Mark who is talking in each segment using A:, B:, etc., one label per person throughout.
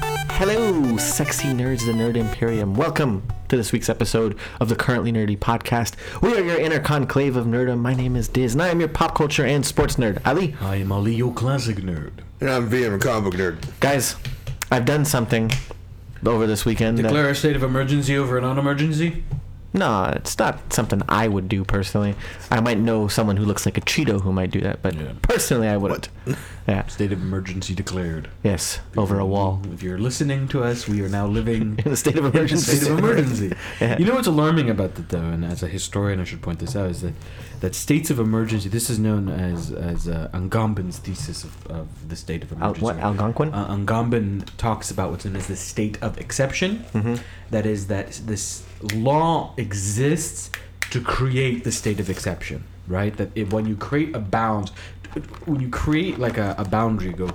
A: Hello, sexy nerds, the Nerd Imperium. Welcome to this week's episode of the Currently Nerdy podcast. We are your inner conclave of nerdom. My name is Diz, and I am your pop culture and sports nerd, Ali.
B: I am Ali, your classic nerd.
C: And I'm VM, comic book nerd.
A: Guys, I've done something over this weekend. that-
B: Declare a state of emergency over a non-emergency.
A: no, it's not something I would do personally. I might know someone who looks like a Cheeto who might do that, but
B: Yeah.
A: personally, I wouldn't. Yeah.
B: State of emergency declared.
A: Yes, over a wall.
B: If you're listening to us, we are now living
A: In a state of
B: in a
A: emergency.
B: state of emergency.
A: Yeah.
B: You know what's alarming about that, though, and as a historian, I should point this out, is that that states of emergency. This is known as as uh, Angambin's thesis of, of the state of
A: Al-
B: emergency.
A: what, Algonquin?
B: Uh, Angambin talks about what's known as the state of exception.
A: Mm-hmm.
B: That is that this law exists to create the state of exception, right? That if, when you create a bound, when you create like a, a boundary, you go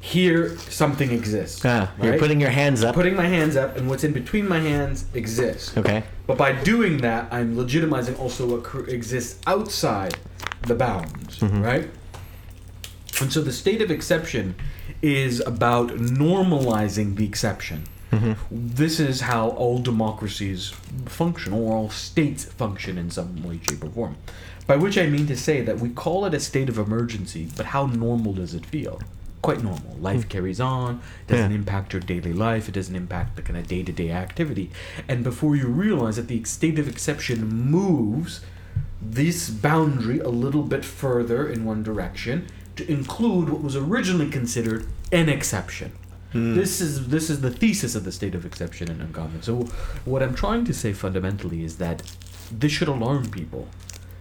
B: here something exists.
A: Ah, You're
B: right?
A: putting your hands up.
B: putting my hands up, and what's in between my hands exists.
A: Okay.
B: But by doing that, I'm legitimizing also what cr- exists outside the bounds, right? And so the state of exception is about normalizing the exception. This is how all democracies function, or all states function in some way, shape, or form. By which I mean to say that we call it a state of emergency, but how normal does it feel? Quite normal. Life carries on, doesn't
A: Yeah.
B: impact your daily life, it doesn't impact the kind of day to day activity. And before you realize that the state of exception moves this boundary a little bit further in one direction to include what was originally considered an exception. This is this is the thesis of the state of exception in Uncommon. So what I'm trying to say fundamentally is that this should alarm people.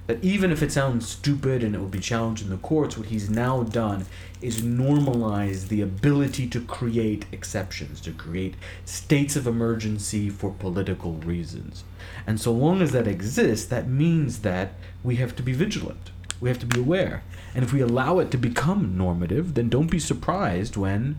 B: That even if it sounds stupid and it will be challenged in the courts, what he's now done is normalize the ability to create exceptions, to create states of emergency for political reasons. And so long as that exists, that means that we have to be vigilant. We have to be aware. And if we allow it to become normative, then don't be surprised when,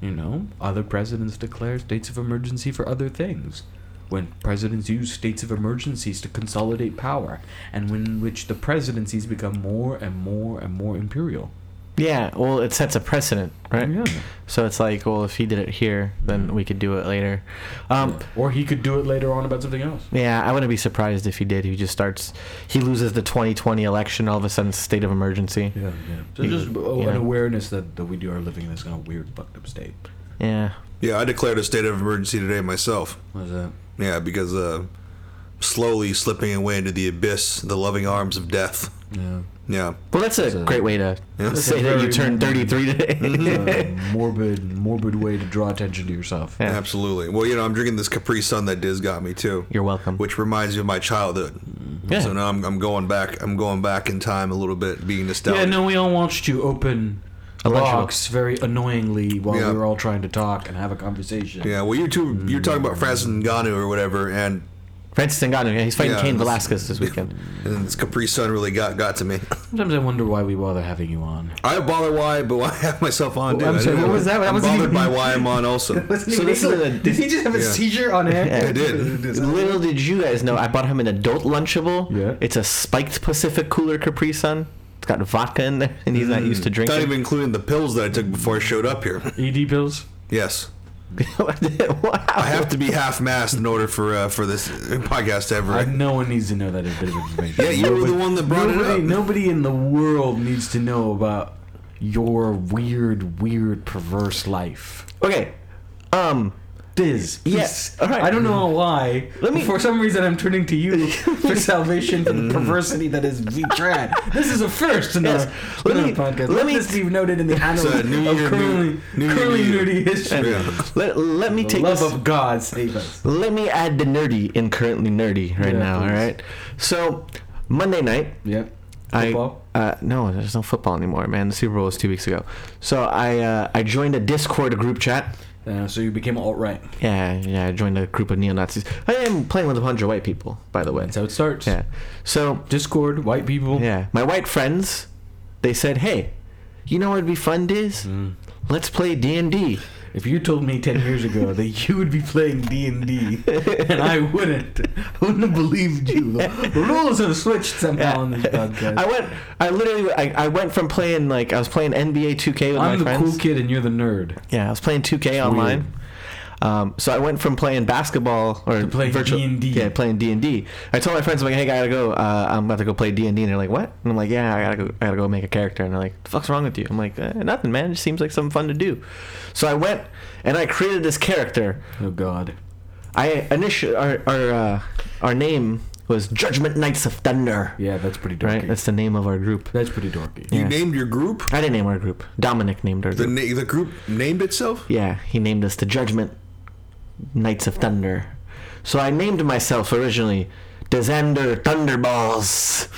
B: you know, other presidents declare states of emergency for other things. When presidents use states of emergencies to consolidate power, and when which the presidencies become more and more and more imperial.
A: Yeah, well, it sets a precedent, right?
B: Yeah.
A: So it's like, well, if he did it here, then we could do it later. Um,
B: Or he could do it later on about something else.
A: yeah. I wouldn't be surprised if he did. He just starts, he loses the 2020 election, all of a sudden, state of emergency.
B: Yeah, yeah. So
A: You-
B: just oh,
A: yeah.
B: an awareness that, that we do are living in this kind of weird fucked up state.
A: Yeah.
C: Yeah, I declared a state of emergency today myself.
B: What is that?
C: Yeah, because uh, slowly slipping away into the abyss, the loving arms of death.
B: Yeah.
C: Yeah,
A: Well, that's a
B: a-
A: great way to
C: Yeah. That's
A: say
B: a
A: that you
B: very-
A: turned 33 today.
B: Uh, morbid, morbid way to draw attention to yourself.
A: Yeah.
C: absolutely. Well, you know, I'm drinking this Capri Sun that Diz got me too,
A: You're welcome.
C: which reminds me of my childhood.
A: Yeah.
C: So now I'm, I'm going back. I'm going back in time a little bit, being nostalgic.
B: Yeah, no, we all watched you open
A: A lunchbox.
B: box very annoyingly while
C: Yeah.
B: we were all trying to talk and have a conversation.
C: Yeah, well, you two, you're talking about Francis Ngannou or whatever, and,
A: Francis Ngannou, yeah, he's fighting
C: Yeah,
A: Cain
C: that's-
A: Velasquez this weekend.
C: and this Capri Sun really got got to me.
B: Sometimes I wonder why we bother having you on.
C: I bother why, but why have myself on?
B: I'm
C: dude? I
B: sorry,
C: don't
B: what was that? That
C: I'm
B: wasn't
C: bothered
B: even-
C: by why I'm on also.
A: So this is a-
B: did he just have a
C: Yeah.
B: seizure on air?
A: Yeah. I
C: did.
A: Little did you guys know, I bought him an adult Lunchable.
B: Yeah.
A: It's a spiked Pacific Cooler Capri Sun. It's got vodka in there, and he's not used to
C: Not
A: drinking.
C: even including the pills that I took before I showed up here.
B: ED E pills.
C: Yes,
A: wow.
C: I have to be half masked in order for uh, for this podcast to ever.
B: I, no one needs to know that bit of information.
C: yeah, you were the one that brought
B: nobody,
C: it up.
B: Nobody in the world needs to know about your weird, weird, perverse life.
A: Okay. Um.
B: Diz,
A: Yes,
B: yes.
A: all right.
B: I don't know why.
A: Let me-
B: For some reason, I'm turning to you for salvation from the perversity that is Vitran. This is a first in
A: Yes.
B: the
A: Let me-
B: podcast.
A: let
B: Let,
A: me-
B: this be noted in the annals
C: a new
B: of
C: year,
B: curly,
C: new- new
B: curly
C: year.
B: nudie history.
C: Yeah.
A: Let, let me
B: The
A: take
B: love
A: this.
B: of God save us.
A: let me add the nerdy in currently nerdy right
B: Yeah,
A: now.
B: please.
A: All right. So Monday night,
B: Yep. Football?
A: I uh, no, there's no football anymore, man. The Super Bowl was two weeks ago. So I uh, I joined a Discord group chat.
B: Uh, so you became alt right.
A: Yeah, yeah. I joined a group of neo Nazis. I am playing with a bunch of white people, by the way.
B: That's how it starts.
A: Yeah. So
B: Discord, white people.
A: yeah, my white
B: Mm.
A: friends, they said, hey, you know what'd be fun, Diz? Let's play D and D.
B: If you told me ten years ago that you would be playing D and D and I wouldn't, I wouldn't have believed you. The rules have switched somehow on this podcast.
A: I went. I literally. I, I went from playing like I was playing NBA 2K with my
B: I'm the
A: friends.
B: cool kid and you're the nerd.
A: Yeah, I was playing 2K online. Um, so I went from playing basketball or
B: To playing D&D.
A: Yeah, playing D and D. I told my friends, I'm like, "Hey, I gotta go. Uh, I'm about to go play D and D." And they're like, "What?" And I'm like, "Yeah, I gotta go. I gotta go make a character." And they're like, "The fuck's wrong with you?" I'm like, eh, "Nothing, man. It just seems like something fun to do." So I went and I created this character.
B: Oh God.
A: I initial our our uh, our name was Judgment Knights of Thunder.
B: Yeah, that's pretty dorky.
A: Right, that's the name of our group.
B: That's pretty dorky.
A: Yeah.
C: You named your group.
A: I didn't name our group. Dominic named our
C: The
A: group.
C: na- the group named itself.
A: Yeah, he named us the Judgment Knights of Thunder. So I named myself originally Desander Thunderballs.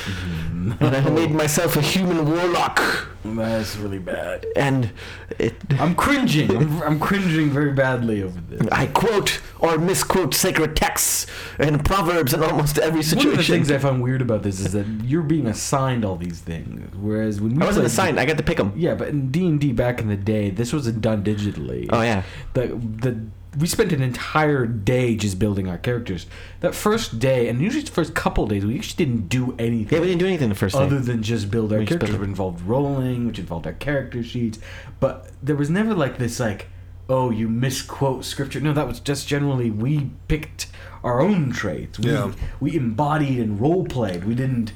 A: And I made myself a human warlock.
B: Mm. That's really bad.
A: And it,
B: I'm cringing. I'm, I'm cringing very badly over this.
A: I quote or misquote sacred texts and proverbs in almost every
B: One of the
A: situation.
B: things I find weird about this is that you're being assigned all these things, whereas when we
A: I wasn't
B: played-
A: assigned, I got to pick them.
B: Yeah, but in D and D back in the day, this wasn't done digitally.
A: Oh, yeah.
B: the the we spent an entire day just building our characters. That first day, and usually the first couple days, we actually didn't do anything.
A: Yeah, we didn't do anything the first
B: other
A: day.
B: than just build our
A: We just
B: characters,
A: built
B: which involved rolling, which involved our character sheets. But there was never like this like, oh, you misquote scripture. No, that was just generally we picked our own traits. We,
C: Yeah.
B: we embodied and role played. We didn't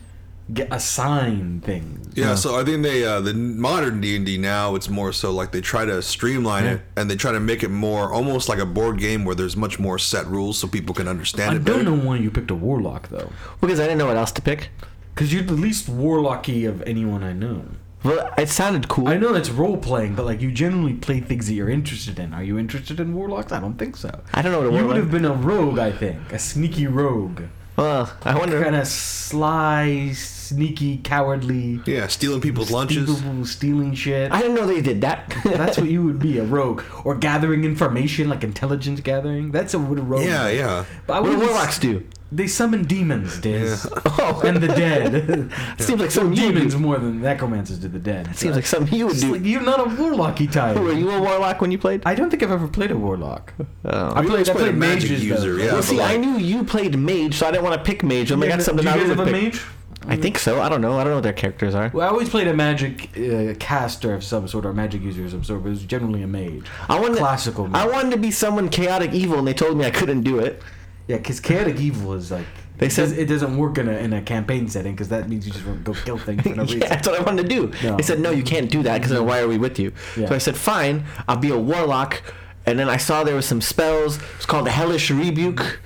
B: get assigned things.
C: Yeah, so I think they uh, the modern D and D now it's more so like they try to streamline it and they try to make it more almost like a board game where there's much more set rules so people can understand
B: I
C: it
B: don't
C: better.
B: know why you picked a warlock though,
A: Because I didn't know what else to pick.
B: because you're the least warlocky of anyone I know.
A: Well, it sounded cool.
B: I know that's role playing, but like you generally play things that you're interested in. Are you interested in warlocks? I don't think so.
A: I don't know what a
B: You would
A: warlock.
B: have been a rogue, I think, a sneaky rogue.
A: well, I wonder.
B: kind of sly, sneaky, cowardly.
C: Yeah, stealing people's lunches.
B: people stealing shit.
A: I didn't know they did that.
B: That's what you would be, a rogue. Or gathering information, like intelligence gathering. That's a, what a rogue
C: Yeah,
B: is.
C: yeah.
B: But I
A: what do
B: wouldn't-
A: warlocks do?
B: They summon demons, Diz.
A: Oh.
B: And the dead.
A: Seems like some
B: demons more than necromancers to the dead.
A: Seems like something you would
B: It's
A: do.
B: like you're not a warlocky type.
A: Were you a warlock when you played?
B: I don't think I've ever played a warlock.
A: Oh.
B: I
C: We
B: played,
C: always
B: I
C: played a
B: played
C: magic
B: mages,
C: user,
B: though.
C: yeah,
A: well,
C: but
A: see,
C: like-
A: I knew you played mage, so I didn't want to pick mage. I'm like, that's something
B: Do you
A: I
B: guys
A: would
B: have a
A: pick.
B: mage?
A: I think so. I don't know. I don't know what their characters are.
B: Well, I always played a magic uh, caster of some sort, or a magic user of some sort, but it was generally a mage.
A: I wanted
B: classical.
A: I
B: mage.
A: wanted to be someone chaotic evil, and they told me I couldn't do it.
B: Yeah, because chaotic evil is like
A: They
B: it
A: said-
B: does- it doesn't work in a in a campaign setting because that means you just go kill things for no
A: yeah,
B: reason.
A: that's what I wanted to do.
B: No.
A: They said, no, you can't do that because then why are we with you?
B: Yeah.
A: So I said, fine, I'll be a warlock. And then I saw there was some spells. It's called the Hellish Rebuke,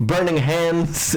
A: Burning Hands,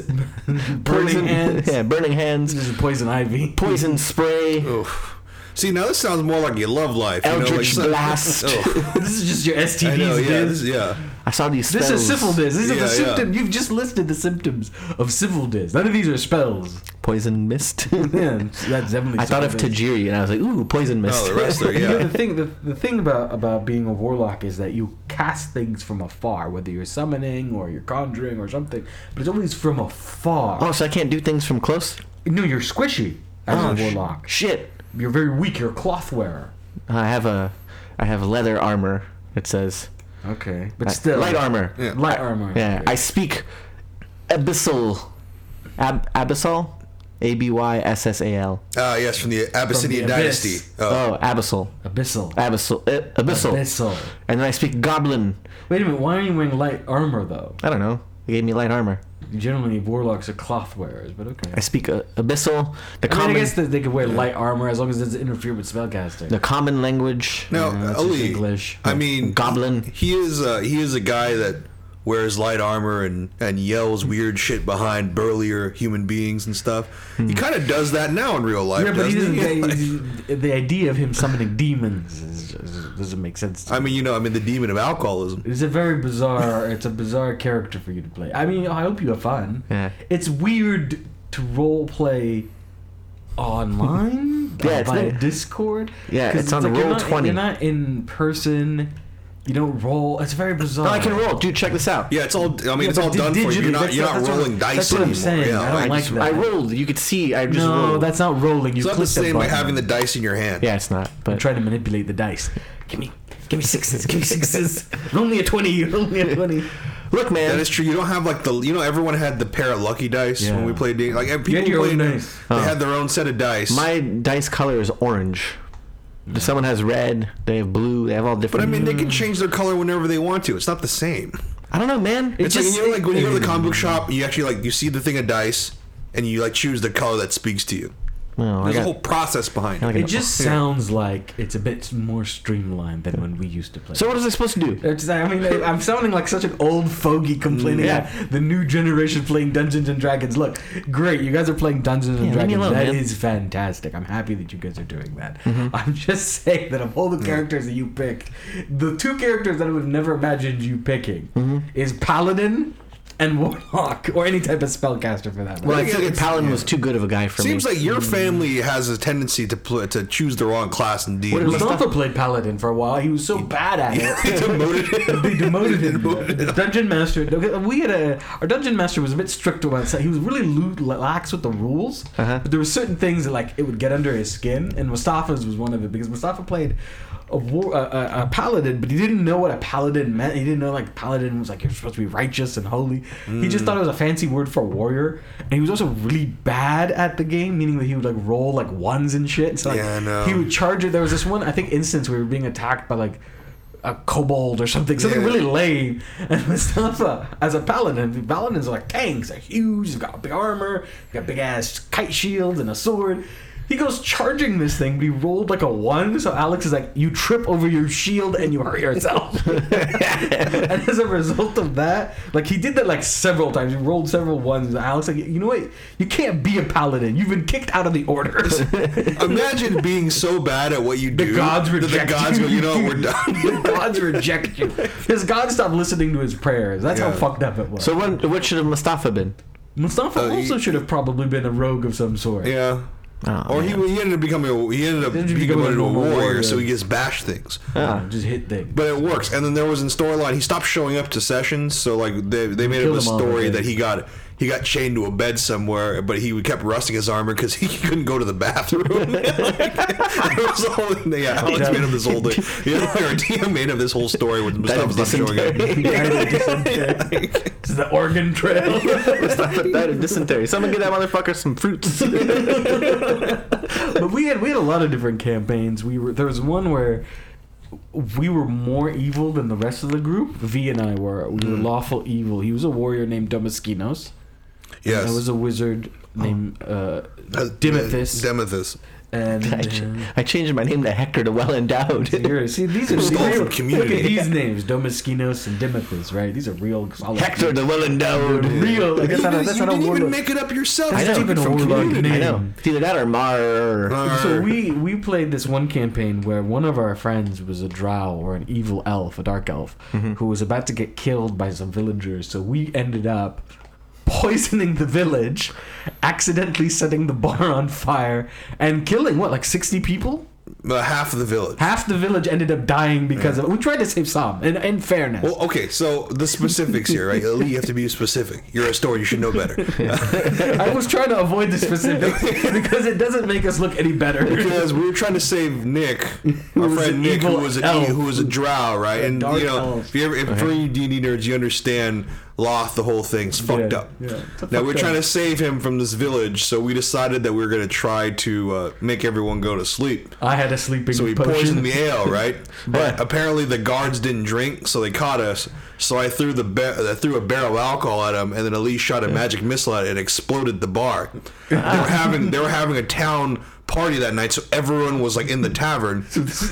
A: Poison-
B: Hands.
A: yeah, Burning Hands,
B: This is poison ivy.
A: Poison Spray.
C: Oof. See, now this sounds more like your love life. you know, like
A: Eldritch
C: some-
A: Blast.
C: Oh,
B: this is just your STDs.
C: I know, yeah,
B: dude.
C: this, yeah.
A: I saw these
B: This
A: spells.
B: is syphilis. These are
C: Yeah,
B: the
C: yeah.
B: symptoms. You've just listed the symptoms of syphilis. None of these are spells.
A: Poison mist.
B: Yeah, that's definitely.
A: I thought of
B: syphilis.
A: Tajiri and I was like, ooh, poison mist.
C: Oh, the wrestler,
B: You know,
C: yeah.
B: the thing the, the thing about about being a warlock is that you cast things from afar, whether you're summoning or you're conjuring or something, but it's always from afar.
A: oh, so I can't do things from close?
B: No, you're squishy as
A: Oh,
B: a
A: sh-
B: warlock.
A: Shit.
B: You're very weak. You're a cloth wearer.
A: I have a, I have leather armor. It says
B: Okay, but still
A: light armor.
C: Yeah.
B: Light armor.
A: Yeah, I speak abyssal, ab- abyssal, A B Y S S A L.
C: Ah, yes, from the Abyssinian
B: From the abyss.
C: dynasty. Oh,
A: Oh, abyssal,
B: abyssal.
A: abyssal, eh, abyssal.
B: Abyssal.
A: And then I speak goblin.
B: Wait a minute. Why are you wearing light armor though?
A: I don't know. They gave me light armor.
B: Generally, warlocks are cloth wearers, but okay.
A: I speak uh, abyssal. The
B: I, mean, I
A: common,
B: guess that they could wear light armor as long as it doesn't interfere with spellcasting.
A: the common language.
C: now
B: Yeah, Mm, that's just
C: Ali,
B: English.
C: I mean,
A: Goblin.
C: He is uh, he is a guy that wears light armor and, and yells weird shit behind burlier human beings and stuff. He kind of does that now in real life.
B: Hmm. Yeah, but he
C: doesn't
B: doesn't.
C: he?
B: the- the idea of him summoning demons is, is- doesn't make sense. To
C: I
B: me.
C: mean, you know, I mean, the demon of alcoholism.
B: It's a very bizarre. It's a bizarre character for you to play. I mean, I hope you have fun.
A: Yeah.
B: It's weird to role play online.
A: Yeah,
B: uh,
A: it's
B: via
A: not-
B: Discord.
A: Yeah,
B: 'Cause
A: it's on
B: you're
A: Roll
B: not-
A: 20.
B: You're not in person. You don't roll. It's very bizarre.
A: No, I can roll, dude. Check this out.
C: Yeah, it's all. I mean,
B: Yeah,
C: it's all
B: but
C: done for you.
B: digitally,
C: You're not.
B: that's
C: You're
B: what-
C: not
B: that's what-
C: rolling dice
B: that's what I'm
C: anymore.
B: saying.
C: Yeah,
B: I don't
C: like-
B: like
A: Just-
B: that.
A: I rolled. You could see. I just
B: No,
A: rolled.
B: that's not rolling. You
C: It's not
B: click
C: the same like
B: button.
C: having the dice in your hand.
A: yeah, it's not.
B: I'm
A: But
B: trying to manipulate the dice. Give me Give me sixes. Give me sixes. I'm only a twenty. You're only a twenty.
A: Look, man.
C: That is true. You don't have like the you know everyone had the pair of lucky dice when we
A: Yeah.
C: played D. Like and
B: You
C: people
B: had your own
C: played,
B: dice.
C: they
A: Oh.
C: had their own set of dice.
A: My dice color is orange. If Someone has red. They have blue. They have all
C: but
A: different.
C: I mean, they can change their color whenever they want to. It's not the same.
A: I don't know, man.
C: It's like you know, like when you go to the comic book shop, you actually like you see the thing of dice, and you like choose the color that speaks to you.
A: No, I
C: There's a
A: got-
C: whole process behind
A: I
C: it.
A: like
B: It
A: an-
B: just sounds like it's a bit more streamlined than when we used to play.
A: so what is it supposed to do?
B: It's- uh, I mean, I- I'm sounding like such an old fogey complaining
A: Yeah.
B: about the new generation playing Dungeons and Dragons. Look, great, you guys are playing Dungeons and
A: Yeah, leave me
B: Dragons. That
A: alone,
B: is
A: man.
B: fantastic. I'm happy that you guys are doing that. I'm just saying that of all the characters that you picked, the two characters that I would have never imagined you picking is Paladin and Warlock, or any type of spellcaster for that matter.
A: Well, I
C: Yeah,
A: figured
C: it's-
A: Paladin was too good of a guy for
C: Seems
A: me.
C: like your family has a tendency to pl- to choose the wrong class in D.
A: What is-
B: Mustafa played Paladin for a while. He was so bad at it.
C: Demoted.
B: They demoted him. The Dungeon master. We had a our dungeon master was a bit strict about it. He was really loo- lax with the rules,
A: Uh-huh.
B: but there were certain things that like it would get under his skin. And Mustafa's was one of it because Mustafa played a war a, a, a paladin, but he didn't know what a paladin meant. He didn't know like paladin was like you're supposed to be righteous and holy. He just thought it was a fancy word for warrior. And he was also really bad at the game, meaning that he would like roll like ones and shit. So like,
C: Yeah, I know.
B: he would charge it. There was this one I think instance where we were being attacked by like a kobold or something, something
C: Yeah.
B: really lame. And Mustafa, as a paladin, the paladins are like tanks, they're huge, they've got big armor, they've got big ass kite shields and a sword. He goes charging this thing, but he rolled like a one, so Alex is like, You trip over your shield and you hurt yourself. and as a result of that, like he did that like several times. He rolled several ones, and Alex like, you know what? You can't be a paladin. You've been kicked out of the orders.
C: Imagine being so bad at what you do.
B: gods
C: that
B: reject
C: The gods
B: you.
C: go, you know, what, we're done.
B: His gods reject you. His gods stop listening to his prayers. That's
C: Yeah.
B: how fucked up it was.
A: So what, what should have Mustafa been?
B: Mustafa
C: uh, he-
B: also should have probably been a rogue of some sort.
C: yeah.
A: Oh,
C: Or he, he ended up becoming a, he ended up
B: He ended up
C: being
B: becoming a
C: promoted to a
B: normal
C: warrior,
B: warrior.
C: so he gets bash things.
B: Uh, just hit things.
C: But it works. And then there was in storyline, he stopped showing up to sessions, so like they, they made up
B: killed
C: a
B: him all,
C: story
B: okay.
C: that he got he got chained to a bed somewhere, but he kept rusting his armor because he couldn't go to the bathroom. like, it was all in the, yeah, Alex made up this whole thing. Yeah, or DM made up this whole story with Mustafa's not showing up.
A: dysentery.
B: He died of dysentery. It's the Oregon Trail.
A: Mustafa died of dysentery. Someone give that motherfucker some fruits.
B: but we had we had a lot of different campaigns. We were there was one where we were more evil than the rest of the group. V and I were we were
C: Mm.
B: lawful evil. He was a warrior named Domaskinos.
C: Yes. Oh.
B: I was a wizard named uh,
C: Uh,
B: Dimethus.
C: Demethus.
B: and
A: I, ch- I changed my name to Hector to Well Endowed.
B: Here, see, these are
C: Stole
B: real,
C: from Community.
B: Look at these names: Domaskinos and Dimethus, right? These are real solid.
A: Hector the Well Endowed.
B: real. Like, that's
C: you
B: not a,
C: didn't-
B: that's
C: you
B: not a
C: didn't even
B: warlock.
C: make it up yourself.
A: I
C: You
A: know.
C: took it
B: even a
C: from
B: warlock
C: community.
A: I
B: name.
A: know. It's either that or Mar.
B: so we we played this one campaign where one of our friends was a drow or an evil elf, a dark elf, who was about to get killed by some villagers. So we ended up poisoning the village, accidentally setting the bar on fire, and killing what like sixty people.
C: Uh, half of the village.
B: Half the village ended up dying because of it. We tried to save some, in, in fairness.
C: Well, okay, so the specifics here, right? Elite, you have to be specific. You're a store, you should know better.
B: I was trying to avoid the specifics because it doesn't make us look any better.
C: because we were trying to save Nick, our
B: was
C: friend
B: an
C: Nick, who
B: evil
C: was a e,
B: elf.
C: who was a drow, right? And
B: dark
C: you know,
B: elf.
C: if you ever, if for you D and D nerds, you understand Loth, the whole thing's fucked
B: Yeah,
C: up.
B: yeah. It's a
C: Now
B: fucked
C: we're
B: up-
C: trying to save him from this village, so we decided that we were going to try to uh, make everyone go to sleep.
B: I had a sleeping
C: So we
B: potion.
C: poisoned the ale, right? But apparently the guards didn't drink, so they caught us. So I threw the ba- I threw a barrel of alcohol at them, and then Elise shot a magic missile at it and exploded the bar. They were having they were having a town party that night, so everyone was like in the tavern.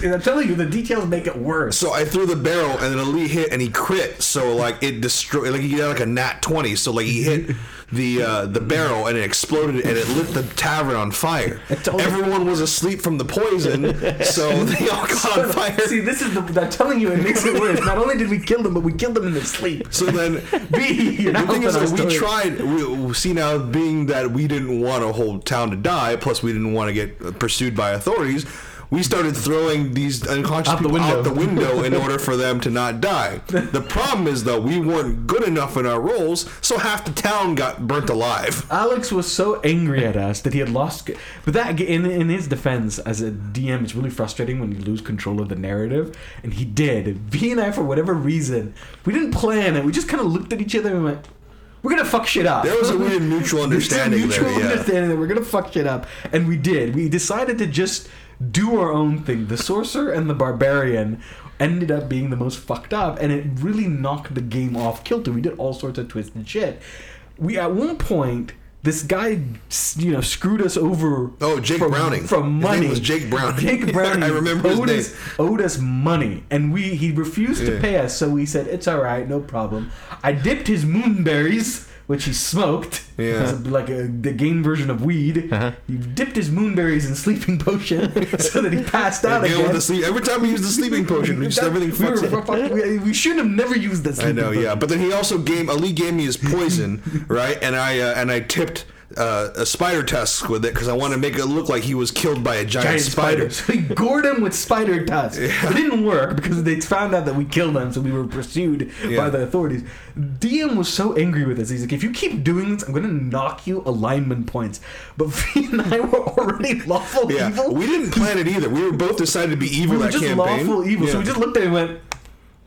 B: And I'm telling you, the details make it worse.
C: So I threw the barrel, and then Ali hit, and he crit. So like it destroyed, like he got like a nat twenty. So like he hit the uh, the barrel, and it exploded, and it lit the tavern on fire.
B: told you.
C: Everyone was asleep from the poison, so they all got on fire.
B: See, this is the. I'm telling you, it makes it worse. Not only did we kill them, but we killed them in their sleep.
C: So then,
B: B, you're
C: the
B: not
C: thing is,
B: helping
C: is we
B: our story.
C: tried. We, we- see now, being that we didn't want a whole town to die, plus we didn't want to get pursued by authorities. we started throwing these unconscious
B: Out the
C: people out
B: window.
C: the window in order for them to not die. The problem is though we weren't good enough in our roles, so half the town got burnt alive.
B: Alex was so angry at us that he had lost. c- But that, in, in his defense, as a DM, it's really frustrating when you lose control of the narrative, and he did. V and I, for whatever reason, we didn't plan it. We just kind of looked at each other and went, "We're gonna fuck shit up."
C: There was a weird mutual
B: There's some
C: understanding
B: mutual
C: there. Yeah.
B: understanding that we're gonna fuck shit up, and we did. We decided to just do our own thing. The sorcerer and the barbarian ended up being the most fucked up, and it really knocked the game off kilter. We did all sorts of twisted shit. We at one point. This guy, s- you know, screwed us over.
C: Oh, Jake
B: for-
C: Browning.
B: For
C: His name
B: money,
C: was Jake Browning.
B: Jake Browning.
C: I remember his
B: owed
C: name.
B: us- owed us money, and we he refused
C: Yeah.
B: to pay us. So we said, "It's all right, no problem." I dipped his moonberries, which he smoked.
C: Yeah.
B: It's like a, the game version of weed.
A: Uh-huh.
B: You dipped his moonberries in sleeping potion so that he passed out
C: Again
B: again.
C: with the sleep- every time we use the sleeping potion, we just
B: That-
C: everything
B: we,
C: fucks
B: were
C: up.
B: fucking- we- we should have never used that
C: I
B: sleeping
C: know,
B: potion.
C: yeah. But then he also gave Ali gave me his poison, right? And I uh, and I tipped uh, a spider tusk with it because I wanted to make it look like he was killed by a giant,
B: Giant
C: spider.
B: spider. So we gored him with spider tusk. It didn't work because they found out that we killed him, so we were pursued
C: Yeah.
B: by the authorities. DM was so angry with us. He's like, if you keep doing this, I'm going to knock you alignment points. But V and I were already lawful
C: Yeah,
B: evil.
C: we didn't plan it either. We were both decided to be evil
B: we were
C: that
B: just
C: campaign.
B: lawful evil. So
C: Yeah.
B: we just looked at it and went,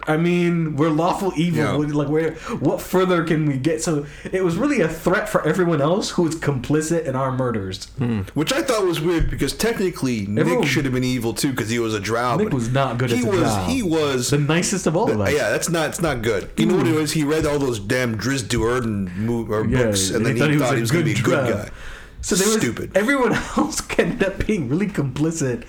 B: I mean, we're lawful evil.
C: Yeah.
B: What- Like, where? What further can we get? So it was really a threat for everyone else who was complicit in our murders.
C: Which I thought was weird because technically
B: Everyone-
C: Nick should have been evil too because he was a drow.
B: Nick
C: but
B: was not good
C: he
B: at the
C: was,
B: drow.
C: He was.
B: The nicest of all of us.
C: yeah, that's not. It's not good. You know what it was? He read all those damn Driz Duerden mo- or
B: Yeah,
C: books, and
B: they
C: then he thought he was, going to be a good
B: drow.
C: guy.
B: So there was
C: Stupid.
B: Everyone else ended up being really complicit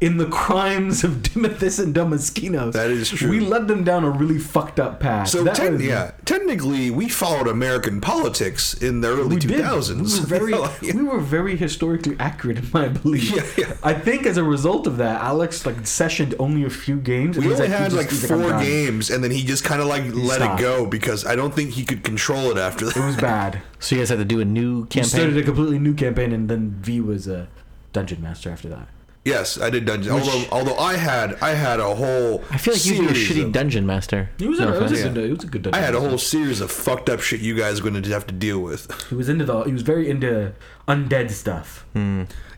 B: in the crimes of Dimothis and Damaskinos.
C: That is true.
B: We led them down a really fucked up path.
C: So
B: That
C: tec-
B: was-
C: yeah, technically, we followed American politics in the early
B: We
C: two
B: did.
C: thousands.
B: We were very, we were very historically accurate in my belief.
C: Yeah, yeah.
B: I think as a result of that, Alex like sessioned only a few games. and
C: We
B: he's
C: only
B: he
C: had
B: just-
C: like
B: he's "I'm
C: four
B: done."
C: games, and then he just kind of like let
B: stopped.
C: it go because I don't think he could control it after
B: It
C: that.
B: was bad.
A: So you guys had to do a new
B: We started
A: campaign.
B: a completely new campaign, and then V was a dungeon master after that.
C: Yes, I did dungeon.
B: Which-
C: Although, although I had, I had a whole.
A: I feel like you'd be a
C: series
A: shitty
C: of-
A: dungeon master.
B: He was,
A: No
B: a, it was,
A: offense.
B: a, good, it was a good
C: I
B: dungeon.
C: had a
B: master.
C: whole series of fucked up shit you guys are going to have to deal with.
B: He was into the. He was very into undead stuff.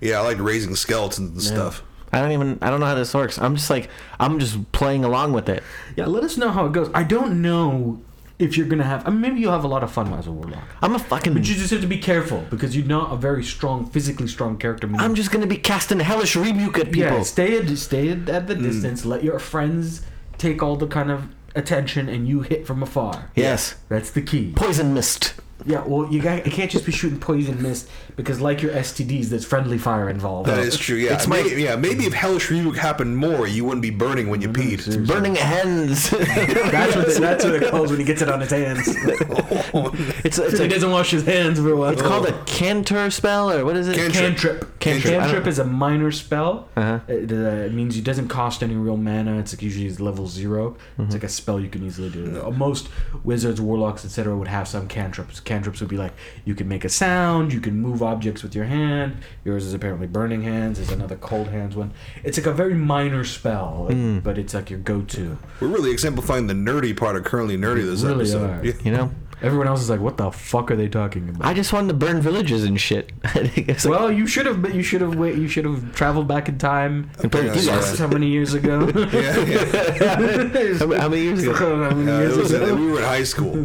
C: Yeah, I like raising skeletons and stuff.
A: I don't even. I don't know how this works. I'm just like. I'm just playing along with it.
B: Yeah, let us know how it goes. I don't know if you're gonna have. I mean, maybe you'll have a lot of fun as a warlock.
A: I'm a fucking.
B: But you just have to be careful because you're not a very strong, physically strong character.
A: I'm just gonna be casting hellish rebuke at people. Mm.
B: Yeah, stay at, stay at the distance. Let your friends take all the kind of attention, and you hit from afar.
A: Yes.
B: That's the key.
A: Poison mist.
B: Yeah, well, you, got, you can't just be shooting poison mist because, like your STDs, there's friendly fire involved.
C: That is true. Yeah,
A: It's my-
C: May- yeah. Maybe if hellish rebuke happened more, you wouldn't be burning when you peed.
A: Burning hands.
B: That's what, that's what it calls when he gets it on his hands.
A: it's a, it's
B: he
A: a,
B: doesn't wash his hands very well.
A: it's called a canter spell or what is it?
C: Cantrip.
B: cantrip.
A: Cantrip. I
B: Cantrip
A: don't-
B: is a minor spell.
A: Uh-huh.
B: It, uh, it means it doesn't cost any real mana. It's like usually it's level 0 It's like a spell you can easily do. Uh, Most wizards, warlocks, etc. would have some cantrips. Cantrips would be like you can make a sound, you can move objects with your hand. Yours is apparently burning hands. There's another cold hands one. It's like a very minor spell, but it's like your go-to.
C: We're really exemplifying the nerdy part of currently nerdy this
B: Really
C: episode.
B: are.
C: Yeah.
A: You know,
B: Everyone else is like, what the fuck are they talking about?
A: I just wanted to burn villages and shit. It's like-
B: well, you should have. You should have. wait- You should have traveled back in time.
A: and play
C: Yeah,
A: Gears.
C: yeah.
B: That's how many years ago?
C: Yeah, yeah.
A: how, many- how many years ago?
B: How many
C: Yeah,
B: years
C: it was- uh,
B: ago?
C: we were in high school.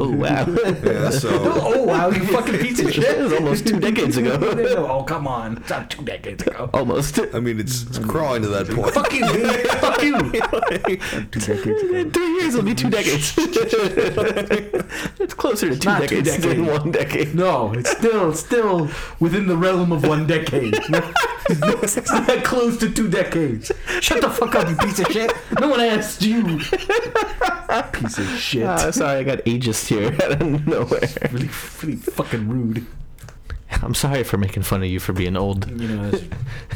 A: Oh wow,
C: Yeah, so
B: oh wow, you fucking piece of shit!
A: It was almost two decades ago. Oh.
B: oh come on, it's not two decades ago.
A: almost.
C: I mean, it's, it's crawling to that point.
B: Fuck you, dude. Fuck you. two decades
A: In three years, it'll be two decades. it's closer to two
B: not two
A: decades than
B: decades.
A: one decade.
B: No, it's still it's still within the realm of one decade. it's not close to two decades. Shut the fuck up, you piece of shit. No one asked you. Piece of shit.
A: Ah, sorry, I got ageist here out of nowhere.
B: really, really fucking rude.
A: I'm sorry for making fun of you for being old.
B: You know, that's-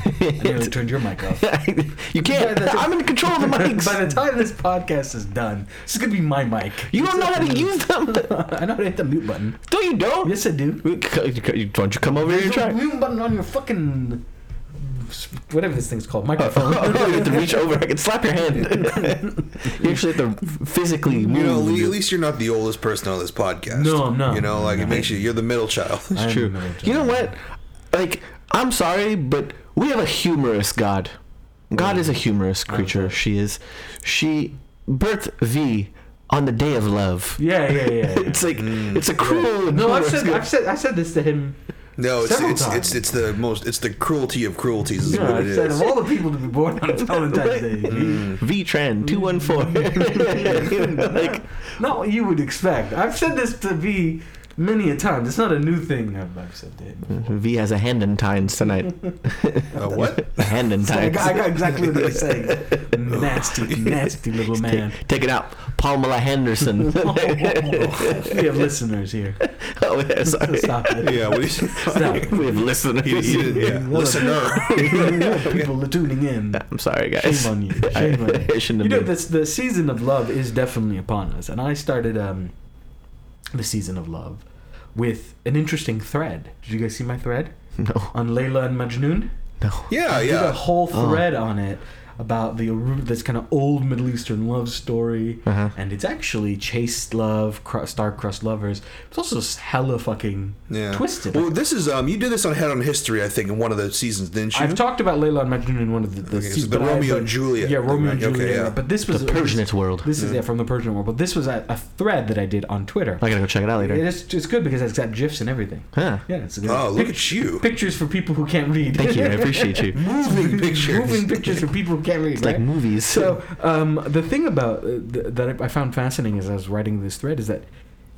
B: I nearly turned your mic off.
A: you can't.
B: Yeah, that's-
A: I'm in control of the
B: By
A: mics.
B: the time this podcast is done, this is gonna be my mic.
A: You don't know how to use them.
B: I know how to hit the mute button.
A: No, you don't.
B: Yes, I do.
A: Why Don't you come over here and
B: There's
A: try?
B: no mute button on your fucking whatever this thing's called, microphone.
A: Oh, you have to reach over. I can slap your hand. you actually have to physically move.
C: You know, le- at least you're not the oldest person on this podcast.
B: No, I'm not.
C: You know, like
B: No.
C: it makes you you're the middle child.
B: I'm
A: True.
B: not a
A: You know
B: gentleman.
A: what? Like, I'm sorry, but we have a humorous God. God is a humorous creature. She is. She birthed V on the day of love.
B: Yeah, yeah, yeah. Mm. yeah.
A: It's like it's a cruel. and
B: no, I've
A: humorous
B: said,
A: God.
B: I've said, I said this to him.
C: No, it's
B: Several
C: it's,
B: times.
C: it's it's the most it's the cruelty of cruelties is
B: Yeah,
C: what it
B: I've said
C: is.
B: of all the people to be born on Valentine's Day.
A: V Tran two one four. Like
B: Not what you would expect. I've said this to V many a time. It's not a new thing I've, I've said to him.
A: V has a hand in tines tonight.
C: Uh, what?
A: A hand in
B: So I,
A: tines.
B: got, I got exactly what he was saying. Nasty, nasty little man. Oh.
A: Take, take it out, Pamela Henderson.
B: we have listeners here.
A: oh yeah, sorry.
B: Stop it.
C: Yeah, what is
B: Stop it.
A: We have listeners.
C: you, you, yeah. listener?
B: People are tuning in.
A: I'm sorry, guys.
B: Shame on you. Shame on you.
A: I shouldn't have
B: You know,
A: been.
B: this, the season of love is definitely upon us. And I started um, the season of love with an interesting thread. Did you guys see my thread?
A: No,
B: On Layla and Majnun?
A: no.
C: Yeah,
B: I did a
C: yeah.
B: whole
A: Oh.
B: thread on it about the root this kind of old Middle Eastern love story,
A: Uh-huh.
B: and it's actually chaste love, cru- star-crossed lovers. It's also s- hella fucking
C: Yeah.
B: twisted.
C: Well, this is um, you did this on Head on History, I think, in one of the seasons, didn't you?
B: I've talked about Layla and Majnun in one of the, the
C: Okay, so
B: seasons,
C: the
B: but I-
C: Romeo
B: but-
C: and Juliet
B: Yeah, Romeo and
C: thing, right?
B: Juliet.
C: Okay, yeah.
B: But this was
A: The Persianate world.
B: This is yeah from the Persian world, but this was a, a thread that I did on Twitter.
A: I gotta go check it out later.
B: It's, it's good because it's got gifs and everything.
A: Huh.
B: Yeah, it's good.
C: oh, look
B: Pic-
C: at you.
B: pictures for people who can't read.
A: Thank you. I appreciate you.
C: Moving pictures.
B: Moving pictures for people who can't read.
A: It's like
B: right?
A: movies.
B: So um, the thing about uh, th- that I I found fascinating as I was writing this thread is that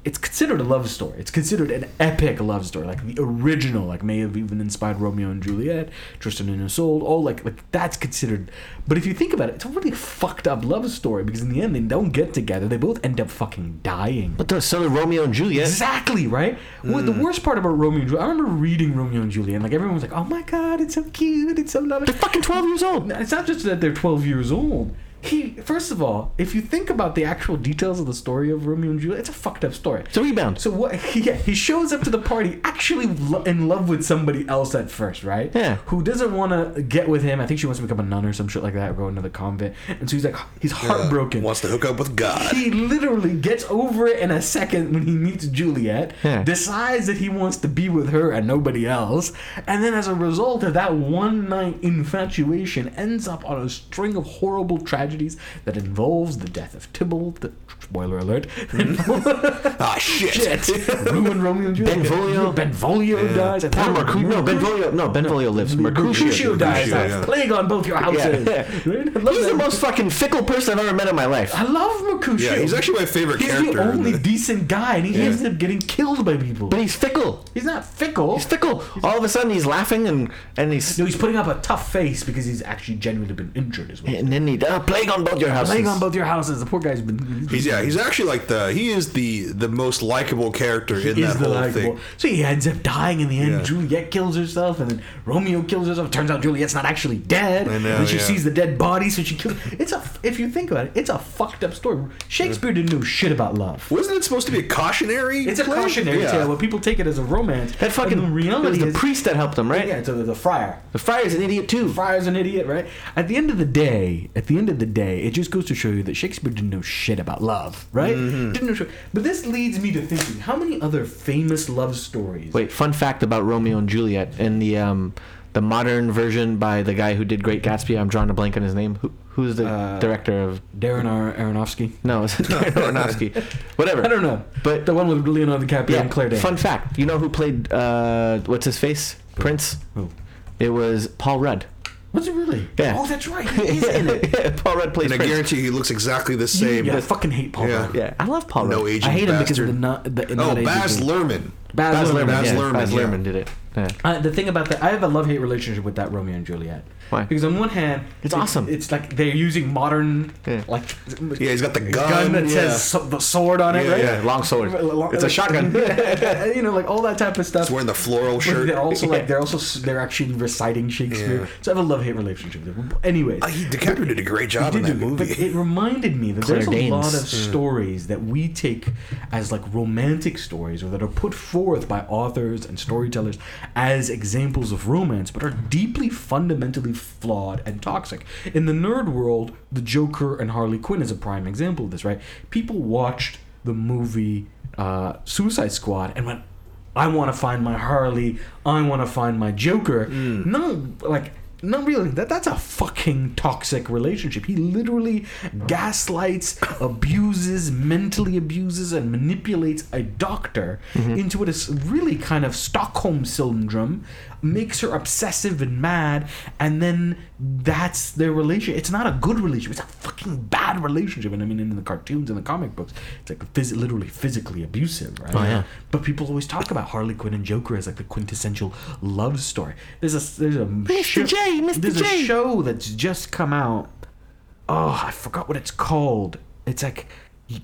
B: it's considered a love story. It's considered an epic love story, like the original, like may have even inspired Romeo and Juliet, Tristan and Isolde, all like like that's considered. But if you think about it, it's a really fucked up love story because in the end they don't get together. They both end up fucking dying.
A: But the so did Romeo and Juliet.
B: Exactly right. Well,
A: Mm.
B: the worst part about Romeo and Juliet, I remember reading Romeo and Juliet, and like everyone was like, "Oh my god, it's so cute, it's so lovely."
A: They're fucking 12 years old.
B: No, It's not just that they're 12 years old. He, first of all, if you think about the actual details of the story of Romeo and Juliet, it's a fucked up story.
A: It's a rebound.
B: So what? Yeah, he shows up to the party actually lo- in love with somebody else at first, right?
A: Yeah.
B: Who doesn't want to get with him? I think she wants to become a nun or some shit like that, or go into the convent. And so he's like, he's heartbroken.
C: Uh, Wants to hook up with God.
B: He literally gets over it in a second when he meets Juliet,
A: Yeah.
B: decides that he wants to be with her and nobody else, and then as a result of that one night infatuation, ends up on a string of horrible tragedies that involves the death of Tybalt. The, spoiler alert.
A: Mm-hmm.
C: Ah, shit.
B: Shit. Ruin Romeo and Juliet.
A: Benvolio.
B: Benvolio dies. And
A: Poor Mercutio. No, Benvolio. No, Benvolio lives.
B: Mercutio
A: Mercutio.
B: dies.
C: Mercutio,
B: A
C: yeah.
B: Plague on both your houses.
A: Yeah.
B: Right? I love
A: He's the
B: that.
A: most fucking fickle person I've ever met in my life.
B: I love Mercutio.
C: Yeah, he's actually my favorite
B: He's
C: character.
B: the only
C: in the-
B: decent guy, and he
C: Yeah.
B: ends up getting killed by people.
A: But he's fickle.
B: he's not fickle.
A: He's fickle. All of a sudden, he's laughing and and he's
B: no, he's putting up a tough face because he's actually genuinely been injured as well.
A: and then he uh, plague on both your houses.
B: Laying on both your houses, the poor guy's been.
C: He's yeah, he's actually like the he is the the most likable character in
B: is
C: that
B: the
C: whole
B: likable.
C: thing.
B: So he ends up dying in the end.
C: Yeah.
B: Juliet kills herself, and then Romeo kills herself. Turns out Juliet's not actually dead.
C: I know,
B: and then she
C: yeah.
B: sees the dead body, so she kills. It's a. If you think about it, it's a fucked up story. Shakespeare didn't know shit about love.
C: Wasn't it supposed to be a cautionary?
B: It's a
C: play?
B: cautionary
C: Yeah.
B: tale where people take it as a romance.
A: That fucking
B: and the
A: reality. It was
B: reality
A: the
B: is,
A: priest that helped him, right?
B: yeah, to the, the friar.
A: The friar's an idiot too.
B: Friar's an idiot, right? At the end of the day, at the end of the day, it just goes to show you that Shakespeare didn't know shit about love, right? Didn't know shit. But this leads me to thinking: how many other famous love stories?
A: Wait, fun fact about Romeo and Juliet in the um the modern version by the guy who did Great Gatsby. I'm drawing a blank on his name. Who, who's the
B: Uh,
A: director of?
B: Darren Ar- Aronofsky.
A: No, it's Darren Aronofsky. Whatever.
B: I don't know,
A: But-
B: but the one with Leonardo DiCaprio and Claire Danes.
A: Fun fact: You know who played uh, what's his face? Prince.
B: Who?
A: It was Paul Rudd.
B: Oh. Was it really?
A: Yeah.
B: Oh, that's right. He is in it.
A: Paul Rudd plays
C: And I
A: Prince.
C: guarantee he looks exactly the same.
B: Yeah, I fucking hate Paul.
C: Yeah.
B: Rudd.
A: Yeah, I love Paul
C: No
A: Rudd.
C: agent
B: I hate him because
C: bastard.
B: of the not the
C: Oh,
B: not aging
C: Baz
B: thing.
C: Luhrmann.
B: Baz
A: Baz
B: Luhrmann.
A: Luhrmann.
C: Baz
A: yeah,
C: Luhrmann,
A: Baz
C: yeah.
A: Luhrmann did it. Yeah.
B: Uh, the thing about that, I have a love hate relationship with that Romeo and Juliet.
A: Why?
B: Because on one hand,
A: It's awesome.
B: It's like they're using modern,
A: Yeah.
B: like
C: Yeah, he's got the gun.
B: gun that
C: yeah.
B: says so- the sword on it,
C: Yeah,
B: right?
A: Yeah, long sword.
B: Lo-
A: It's a shotgun.
B: you know, like all that type of stuff.
C: He's wearing the floral
B: But
C: shirt.
B: They're also like
A: Yeah.
B: they're also s- they're actually reciting Shakespeare.
C: Yeah.
B: So I have a love hate relationship. with them. Anyways,
C: Uh, he DiCaprio did a great job
B: They
C: in
B: do,
C: that
B: But
C: movie. Hmm.
B: it reminded me that
A: Claire
B: there's a
A: Danes.
B: lot of stories that we take as like romantic stories or that are put forth by authors and storytellers as examples of romance, but are deeply fundamentally flawed and toxic. In the nerd world, the Joker and Harley Quinn is a prime example of this, right? People watched the movie uh, Suicide Squad and went, I want to find my Harley. I want to find my Joker.
A: Mm.
B: No, like, no, really. That that's a fucking toxic relationship. He literally gaslights, abuses, mentally abuses, and manipulates a doctor
A: Mm-hmm.
B: into what is really kind of Stockholm syndrome. Makes her obsessive and mad, and then that's their relationship. It's not a good relationship. It's a fucking bad relationship. And I mean, in the cartoons and the comic books, it's like phys- literally physically abusive, right?
A: Oh, yeah.
B: But people always talk about Harley Quinn and Joker as like the quintessential love story. There's a there's a Mr.
A: J, Mr.
B: There's
A: J.
B: a show that's just come out. Oh, I forgot what it's called. It's like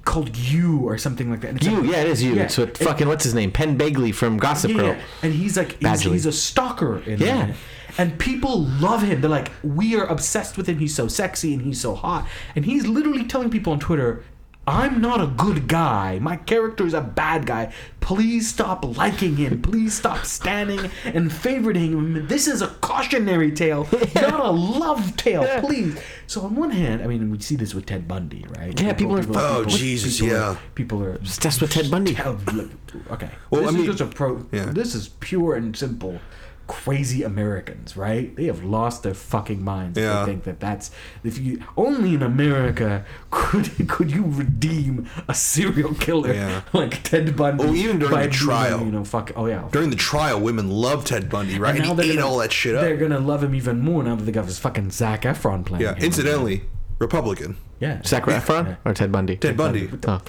B: called You or something like that. And it's
A: You,
B: a-
A: yeah, it is you.
B: Yeah,
A: it's with
B: it-
A: fucking what's his name, Penn Bagley from Gossip
B: yeah,
A: Girl.
B: yeah. And he's like he's,
A: Badgley.
B: he's a stalker in
A: Yeah.
B: that. And people love him. They're like, we are obsessed with him. He's so sexy and he's so hot. And he's literally telling people on Twitter, I'm not a good guy. My character is a bad guy. Please stop liking him. Please stop standing and favoriting him. This is a cautionary tale, not a love tale.
A: Yeah.
B: Please. So on one hand, I mean, we see this with Ted Bundy, right?
A: Yeah, people are fucking-
C: Oh, Jesus,
B: people
C: yeah.
B: Are, people are
A: That's with Ted Bundy.
B: Oh, look, okay.
C: Well,
B: this
C: I
B: is
C: mean-
B: just a pro.
C: Yeah.
B: This is pure and simple, crazy Americans, right? They have lost their fucking minds. if
C: Yeah.
B: They think that that's if you only in America could could you redeem a serial killer
C: Yeah.
B: like Ted Bundy.
C: Oh, even during
B: by
C: the
B: being,
C: trial.
B: you know, fuck. Oh yeah.
C: During the trial, women loved Ted Bundy, right? And, he
B: they're
C: ate
B: gonna-
C: all that shit
B: They're
C: up.
B: gonna love him even more now that they got this fucking Zac Efron playing.
C: Yeah,
B: him.
C: incidentally, Republican.
B: Yeah.
A: Zac Efron or Ted Bundy?
C: Ted Bundy.
A: Oh.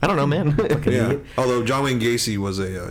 A: I don't know, man.
C: Yeah.
B: idiot.
C: Although John Wayne Gacy was a uh,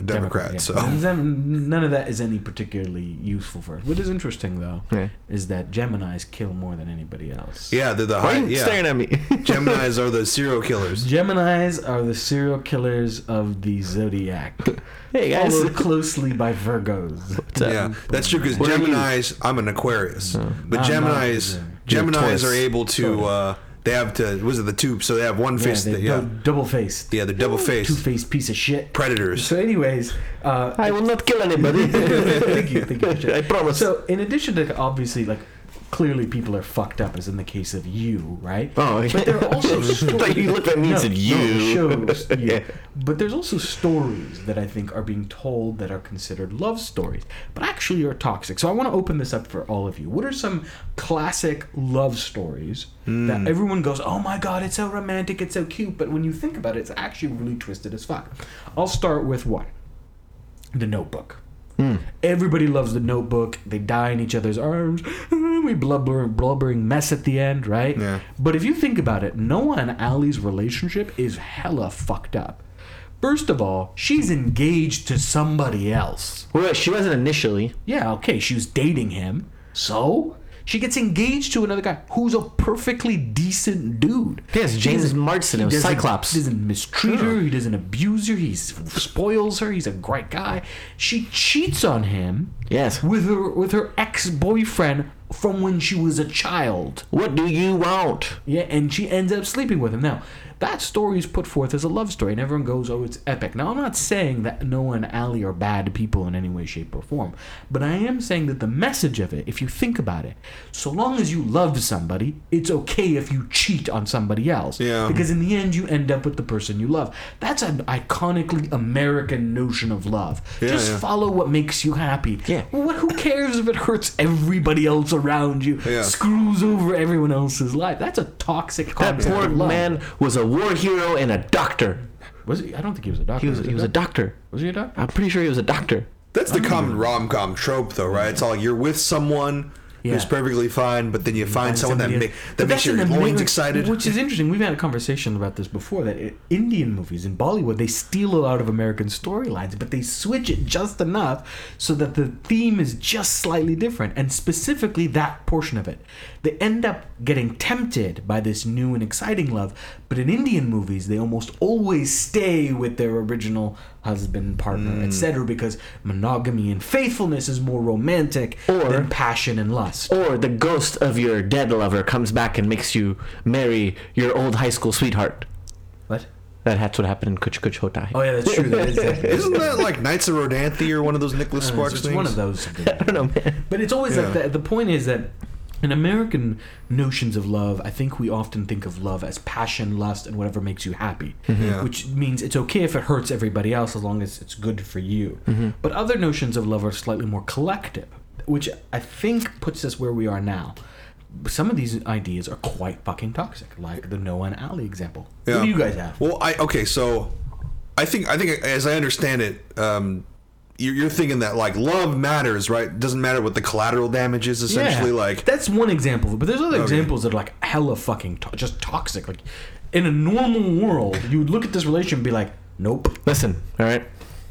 B: Democrat,
C: Democrat,
B: yeah.
C: so
B: Them- none of that is any particularly useful for us. What is interesting though
A: Yeah.
B: is that Gemini's kill more than anybody else.
C: yeah, they're the
A: Why
C: high,
A: are you staring
C: yeah.
A: at me?
C: Gemini's are the serial killers.
B: Gemini's are the serial killers of the zodiac,
A: hey guys.
B: followed closely by Virgos.
C: Yeah, that's true. Because
A: What are you?
C: Gemini's, I'm an Aquarius, but
B: I'm not
C: Gemini's,
B: either.
A: You're a
C: Gemini's
A: Taurus.
C: are able to. Uh, they have to. Was it the two? So they have one
B: Yeah,
C: face.
B: they
C: that- Yeah,
B: double faced,
C: yeah, they're double
B: two
C: faced
B: faced piece of shit.
C: predators.
B: So, anyways, uh,
A: I will not kill anybody.
B: thank you, thank you. Richard.
A: I promise.
B: So, in addition to obviously, like, clearly people are fucked up, as in the case of you, right?
A: Oh, okay.
B: But there are also
A: I thought
B: stories.
A: you looked at me and said you.
B: shows you.
A: Yeah.
B: But there's also stories that I think are being told that are considered love stories, but actually are toxic. So I want to open this up for all of you. What are some classic love stories
A: Hmm.
B: that everyone goes, "Oh my god, it's so romantic, it's so cute," but when you think about it, it's actually really twisted as fuck. I'll start with one. The Notebook. Everybody loves the Notebook. They die in each other's arms. we blubbering, blubbering mess at the end, right?
C: Yeah.
B: But if you think about it, Noah and Allie's relationship is hella fucked up. First of all, she's engaged to somebody else.
A: well, she wasn't initially.
B: Yeah, okay, she was dating him. So? She gets engaged to another guy who's a perfectly decent dude.
A: Yes, James
B: doesn't-
A: Marsden
B: he
A: of
B: doesn't-
A: Cyclops.
B: He doesn't mistreat her. He doesn't abuse her. He s- spoils her. He's a great guy. She cheats on him
A: Yes.
B: with her with her ex boyfriend from when she was a child.
A: What do you want?
B: Yeah, and she ends up sleeping with him. Now, that story is put forth as a love story, and everyone goes, oh, it's epic. Now, I'm not saying that Noah and Allie are bad people in any way, shape, or form, but I am saying that the message of it, if you think about it, so long as you love somebody, it's okay if you cheat on somebody else.
C: Yeah.
B: Because in the end, you end up with the person you love. That's an iconically American notion of love. Just
C: yeah.
B: follow what makes you happy.
A: Yeah.
B: What, who cares if it hurts everybody else around you?
C: Yeah.
B: screws over everyone else's life. That's a toxic
A: That
B: concept.
A: poor
B: of love.
A: man was a war hero and a doctor.
B: Was he? I don't think he was a doctor.
A: He was, he was a
B: doctor.
A: doctor.
B: Was he a doctor?
A: I'm pretty sure he was a doctor.
B: Oh.
C: That's the common rom com trope, though, right? It's all you're with someone who's
B: Yeah.
C: perfectly fine, but then you find someone that,
B: somebody
C: make,
B: else.
C: that
B: But
C: makes
B: that's
C: your
B: in the
C: loins
B: main-
C: excited.
B: Which is interesting. We've had a conversation about this before that i- Indian movies in Bollywood, they steal a lot of American storylines, but they switch it just enough so that the theme is just slightly different, and specifically that portion of it. They end up getting tempted by this new and exciting love, but in Indian movies, they almost always stay with their original husband, partner,
C: Hmm.
B: etc., because monogamy and faithfulness is more romantic
A: Or-
B: than passion and lust.
A: Or the ghost of your dead lover comes back and makes you marry your old high school sweetheart.
B: What?
A: That- That's what happened in Kuch Kuch Hotai.
B: Oh yeah, that's true. That is, that is
C: Isn't that like Knights of Rodanthe or one of those Nicholas Sparks
B: Uh, it's
C: things?
B: one of those.
A: I don't know, man.
B: But it's always like
C: Yeah.
B: the, the point is that in American notions of love, I think we often think of love as passion, lust, and whatever makes you happy,
C: Mm-hmm. Yeah.
B: which means it's okay if it hurts everybody else as long as it's good for you.
C: Mm-hmm.
B: But other notions of love are slightly more collective, which I think puts us where we are now. Some of these ideas are quite fucking toxic, like the Noah and Ali example. What
C: Yeah.
B: do you guys have?
C: Well, I okay, so I think I think as I understand it, um, you're, you're thinking that like love matters, right? Doesn't matter what the collateral damage is. Essentially, like
B: that's one example, but there's other examples that are like hella fucking to- just toxic. Like in a normal world, you would look at this relationship and be like, nope.
A: Listen, all right.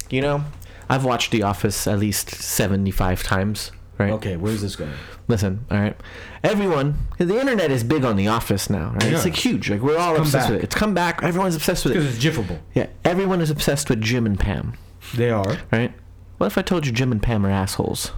A: You know, I've watched The Office at least 75 times, right?
B: Okay, where's this going?
A: Listen, all right. Everyone, 'cause the internet is big on The Office now, right? It's
B: Yeah.
A: like huge. Like we're all
B: come
A: obsessed with
B: back.
A: it. It's come back. Everyone's obsessed with
B: Because
A: it.
B: it's jiffable.
A: Yeah, everyone is obsessed with Jim and Pam,
B: They are. Well,
A: right? What if I told you Jim and Pam are assholes?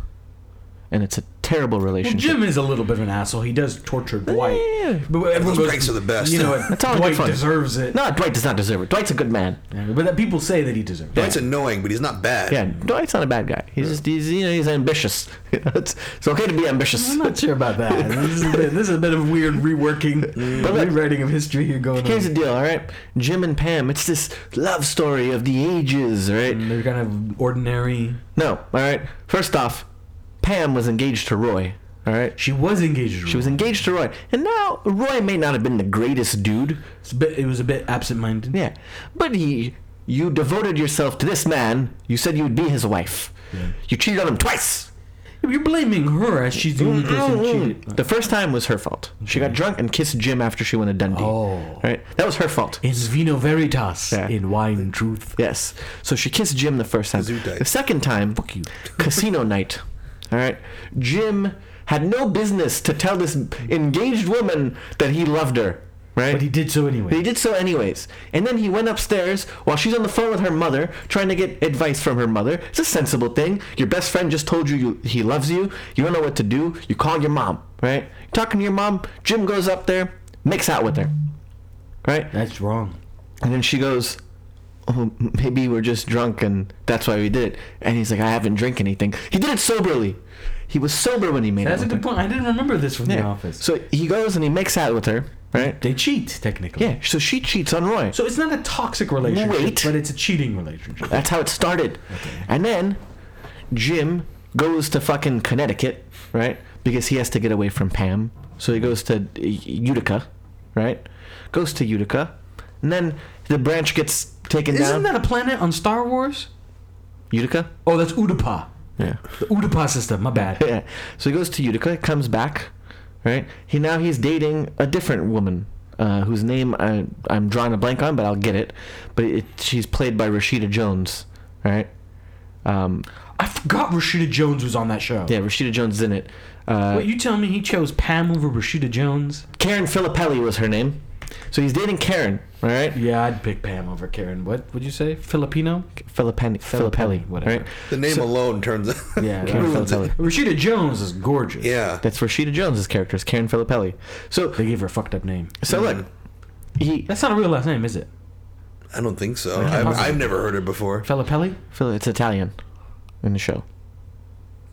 A: And it's a terrible relationship.
B: Jim is a little bit of an asshole. He does torture Dwight.
A: Yeah.
B: But everyone
C: Those
B: goes,
C: pranks are the best.
B: You know,
A: That's all in good
B: Dwight
A: fun.
B: deserves it.
A: No, Dwight does not deserve it. Dwight's a good man.
B: Yeah, But that people say that he deserves it.
C: Dwight's annoying, but he's not bad.
A: Yeah, Dwight's not a bad guy. He's just he's you know he's ambitious. it's, it's okay to be ambitious.
B: I'm not sure about that. This is a bit, this is a bit of weird reworking,
A: But look-
B: rewriting of history here going
A: Here's the
B: on.
A: deal, all right? Jim and Pam, it's this love story of the ages, right?
B: And They're kind of ordinary.
A: No, all right. First off, Pam was engaged to Roy, all right?
B: She was engaged.
A: She was engaged to Roy, and now Roy may not have been the greatest dude,
B: It's a bit, it was a bit absent-minded.
A: yeah, but he, you devoted yourself to this man. You said you'd be his wife. You cheated on him twice.
B: You're blaming her as she's the only person who cheated.
A: The first time was her fault. She got drunk and kissed Jim after she went to Dundee.
B: Oh.
A: Right? That was her fault.
B: It's vino veritas
A: Yeah.
B: in wine truth.
A: Yes. So she kissed Jim the first time.
C: Zoo date.
A: The second time,
B: you.
A: casino night. All right. Jim had no business to tell this engaged woman that he loved her. Right.
B: But he did so anyway.
A: But he did so anyways. And then he went upstairs while she's on the phone with her mother, trying to get advice from her mother. It's a sensible thing. Your best friend just told you, you he loves you. You don't know what to do. You call your mom, right? You're talking to your mom. Jim goes up there, makes out with her, right?
B: That's wrong.
A: And then she goes, oh, maybe we're just drunk and that's why we did it. And he's like, I haven't drank anything. He did it soberly. He was sober when he made
B: That's
A: it.
B: a
A: with
B: good
A: her.
B: point. I didn't remember this from the
A: Yeah.
B: office.
A: So he goes and he makes out with her, right?
B: They cheat technically.
A: Yeah. So she cheats on Roy.
B: So it's not a toxic relationship,
A: Wait.
B: but it's a cheating relationship.
A: That's how it started. And then Jim goes to fucking Connecticut, right? Because he has to get away from Pam. So he goes to uh, Utica, right? Goes to Utica. And then the branch gets taken down.
B: Isn't that a planet on Star Wars?
A: Utica?
B: Oh, that's Utapa.
A: Yeah.
B: The Utapa system. My bad.
A: yeah. So he goes to Utica, comes back, right? He now he's dating a different woman, uh, whose name I, I'm drawing a blank on, but I'll get it. But it, she's played by Rashida Jones, right? Um,
B: I forgot Rashida Jones was on that show.
A: yeah, Rashida Jones is in it. Uh,
B: Wait, you tell me he chose Pam over Rashida Jones?
A: Karen Filippelli was her name. So he's dating Karen, all right?
B: Yeah, I'd pick Pam over Karen. What would you say? Filipino?
A: Filippelli, Filippelli,
B: whatever.
A: Right?
C: The name alone turns.
B: Yeah,
A: Karen
B: that was-
A: Filippelli.
B: Rashida Jones is gorgeous.
C: yeah.
A: That's Rashida Jones's character, is Karen Filippelli. So,
B: They gave her a fucked up name.
A: so look, he
B: That's not a real last name, is it?
C: I don't think so. I've, I've never heard it before.
B: Filippelli?
A: Phil- It's Italian in the show.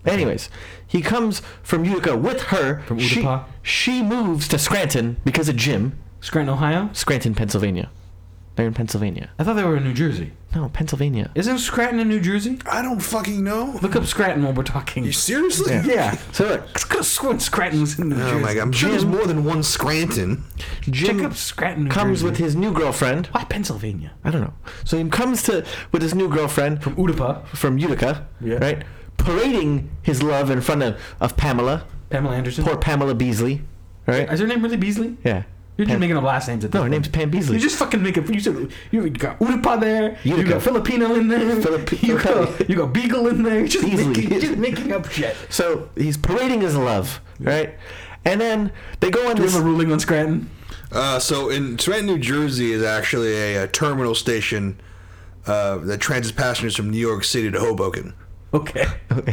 A: Anyways, he comes from Utica with her.
B: From
A: she,
B: Utah?
A: she moves to Scranton because of Jim.
B: Scranton, Ohio?
A: Scranton, Pennsylvania. They're in Pennsylvania.
B: I thought they were in New Jersey.
A: No, Pennsylvania.
B: Isn't Scranton in New Jersey?
C: I don't fucking know.
B: Look up Scranton while we're talking.
C: You seriously?
B: yeah.
A: So look,
B: Sc- Sc- Scranton's in New Jersey.
C: Oh my god! I'm sure there's
A: Jim-
C: more than one Scranton.
A: Jim
B: Check up Scranton, New
A: comes
B: Jersey.
A: with his new girlfriend.
B: Why Pennsylvania?
A: I don't know. So he comes to with his new girlfriend
B: From Utapa.
A: from Utica,
B: Yeah.
A: right? Parading his love in front of, of Pamela,
B: Pamela Anderson.
A: Poor Pamela Beasley, right?
B: Is her name really Beasley?
A: Yeah.
B: You're just
A: Pam-
B: making up last names at this
A: no, her
B: point.
A: name's Pam Beasley.
B: You just fucking make it. You, said, you got Udipa there. You
A: Utica.
B: got Filipino in there.
A: Filip-
B: you, got,
A: Filipelli.
B: you got Beagle in there. Just
A: Beasley.
B: making, just making up shit.
A: so he's parading his love, right? And then they go on
B: Do we
A: this.
B: have a ruling on Scranton?
C: Uh, so in Trenton, New Jersey, is actually a, uh terminal station uh, that transits passengers from New York City to Hoboken.
B: Okay. but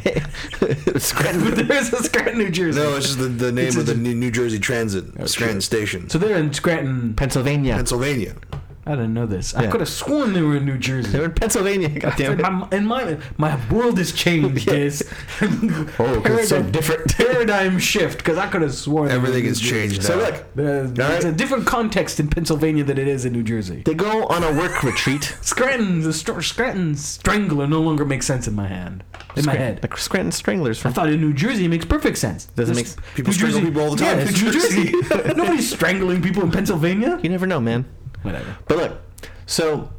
A: Scranton-
B: there's a Scranton, New Jersey.
C: No, it's just Oh, the, the name
B: It's
C: of the
B: a-
C: New New Jersey Transit Scranton Station,
B: so they're in Scranton.
A: Pennsylvania.
C: Pennsylvania.
B: I didn't know this. I
A: Yeah.
B: could have sworn they were in New Jersey.
A: They're in Pennsylvania. Goddamn it.
B: My, and my my world has changed. This
A: Oh, 'cause it's so
B: Paradigm-
A: different.
B: paradigm shift. Because I could have sworn they were
C: Everything
B: in
C: has
B: New
C: changed.
A: So
C: now.
A: look,
B: Jersey. Uh,
A: All
B: It's
A: right.
B: a different context in Pennsylvania than it is in New Jersey.
A: they go on a work retreat.
B: Scranton, the str- Scranton Strangler no longer makes sense in my hand, in my head.
A: The Scranton Stranglers
B: I
A: from
B: thought in New Jersey it makes perfect sense.
A: Does it
B: There's-
A: make-
C: people strangle people all the time
B: Yeah,
C: in
B: it's New
C: New
B: Jersey. Nobody's strangling people in Pennsylvania.
A: You never know, man.
B: Whatever.
A: But look, so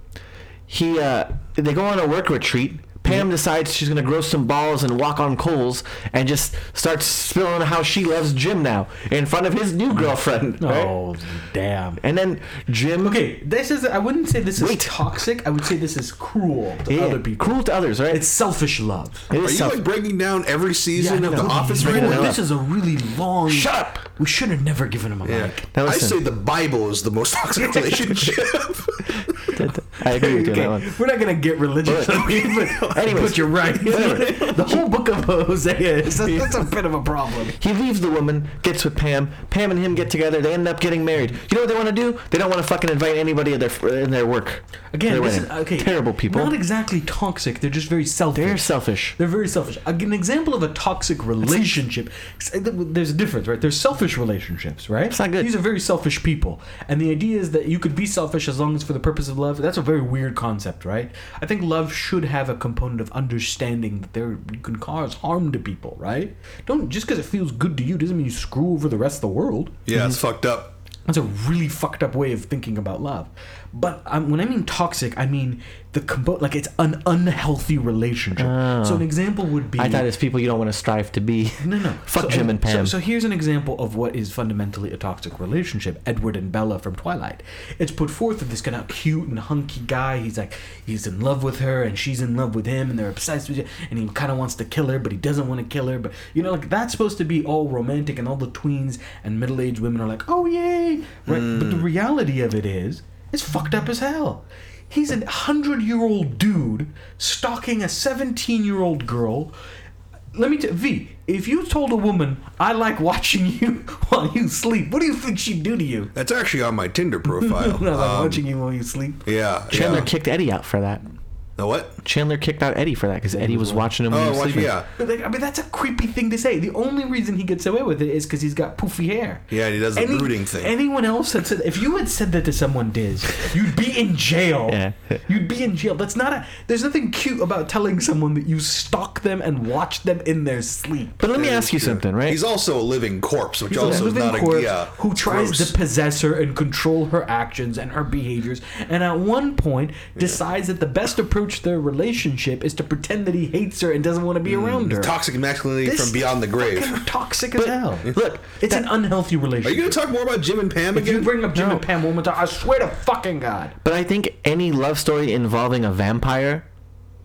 A: he uh, they go on a work retreat. Pam decides she's gonna grow some balls and walk on coals, and just starts spilling how she loves Jim now in front of his new girlfriend. right?
B: Oh, damn.
A: And then Jim,
B: Okay, this is. I wouldn't say this is
A: Wait.
B: toxic. I would say this is cruel to
A: yeah,
B: other people.
A: cruel to others, right?
B: It's selfish love.
A: it
C: Are
A: is
C: you
A: self-
C: like breaking down every season
B: Yeah, I
C: of The
B: know.
C: Office right
A: Yeah, I know.
C: now?
B: This is a really long.
A: Shut up!
B: We should have never given him a
C: Yeah.
B: mic.
A: Now
C: I
A: listen.
C: say the Bible is the most toxic relationship.
A: I agree with you on that
B: Okay,
A: one.
B: we're not gonna get religious,
A: But-
B: on here, but,
A: Anyways.
B: but you're right.
A: Whatever.
B: the whole book of Hosea is that's a bit of a problem.
A: He leaves the woman, gets with Pam. Pam and him get together. They end up getting married. You know what they want to do? They don't want to fucking invite anybody in their in their work.
B: Again,
A: Their
B: this is,
A: wedding.
B: okay,
A: terrible people.
B: Not exactly toxic. They're just very selfish.
A: They're selfish.
B: They're very selfish. Ag- An example of a toxic relationship. There's a difference, right? There's selfish relationships, right? It's
A: not good.
B: These are very selfish people, and the idea is that you could be selfish as long as for the purpose of love. That's a very weird concept, right? I think love should have a component of understanding that there you can cause harm to people, right? Don't just because it feels good to you doesn't mean you screw over the rest of the world.
C: yeah, it's fucked up.
B: That's a really fucked up way of thinking about love. But um, when I mean toxic, I mean the combo like it's an unhealthy relationship. So an example would be
A: Oh. I thought it's people you don't want to strive to be.
B: no, no.
A: Fuck
B: So-
A: Jim and Pam.
B: So, so here's an example of what is fundamentally a toxic relationship: Edward and Bella from Twilight. It's put forth of this kind of cute and hunky guy. He's like, he's in love with her, and she's in love with him, and they're obsessed with each And he kind of wants to kill her, but he doesn't want to kill her. But you know, like that's supposed to be all romantic, and all the tweens and middle-aged women are like, oh yay, right?
A: Hmm.
B: But the reality of it is, it's fucked up as hell. He's a hundred-year-old dude stalking a seventeen-year-old girl let me t- V. If you told a woman I like watching you while you sleep, what do you think she'd do to you?
C: That's actually on my Tinder profile.
B: I like
C: Um,
B: watching you while you sleep.
C: yeah.
A: Chandler
C: yeah.
A: kicked Eddie out for that.
C: The what?
A: Chandler kicked out Eddie for that because Eddie was watching him when he
C: Oh,
A: was
C: watch,
A: sleeping.
C: yeah.
B: But like, I mean, that's a creepy thing to say. The only reason he gets away with it is because he's got poofy hair.
C: Yeah, and he does the brooding thing.
B: Anyone else that said, if you had said that to someone, Diz, you'd be in jail.
A: Yeah.
B: You'd be in jail. That's not a. There's nothing cute about telling someone that you stalk them and watch them in their sleep.
A: But let me
C: That is
A: ask you
C: true.
A: something, right?
C: He's also a living corpse, which
B: He's a
C: also is
B: living
C: not a
B: corpse
C: yeah,
B: who tries
C: gross.
B: to possess her and control her actions and her behaviors, and at one point decides that the best approach to their relationship is to pretend that he hates her and doesn't want to be around her.
C: toxic masculinity
B: This
C: from beyond the grave.
B: Fucking toxic as hell.
A: look,
B: it's an unhealthy
C: Are you
B: relationship.
C: going to talk more about Jim and Pam
B: if you
C: again?
B: bring up Jim
A: No.
B: and Pam one more time, I swear to fucking God.
A: But I think any love story involving a vampire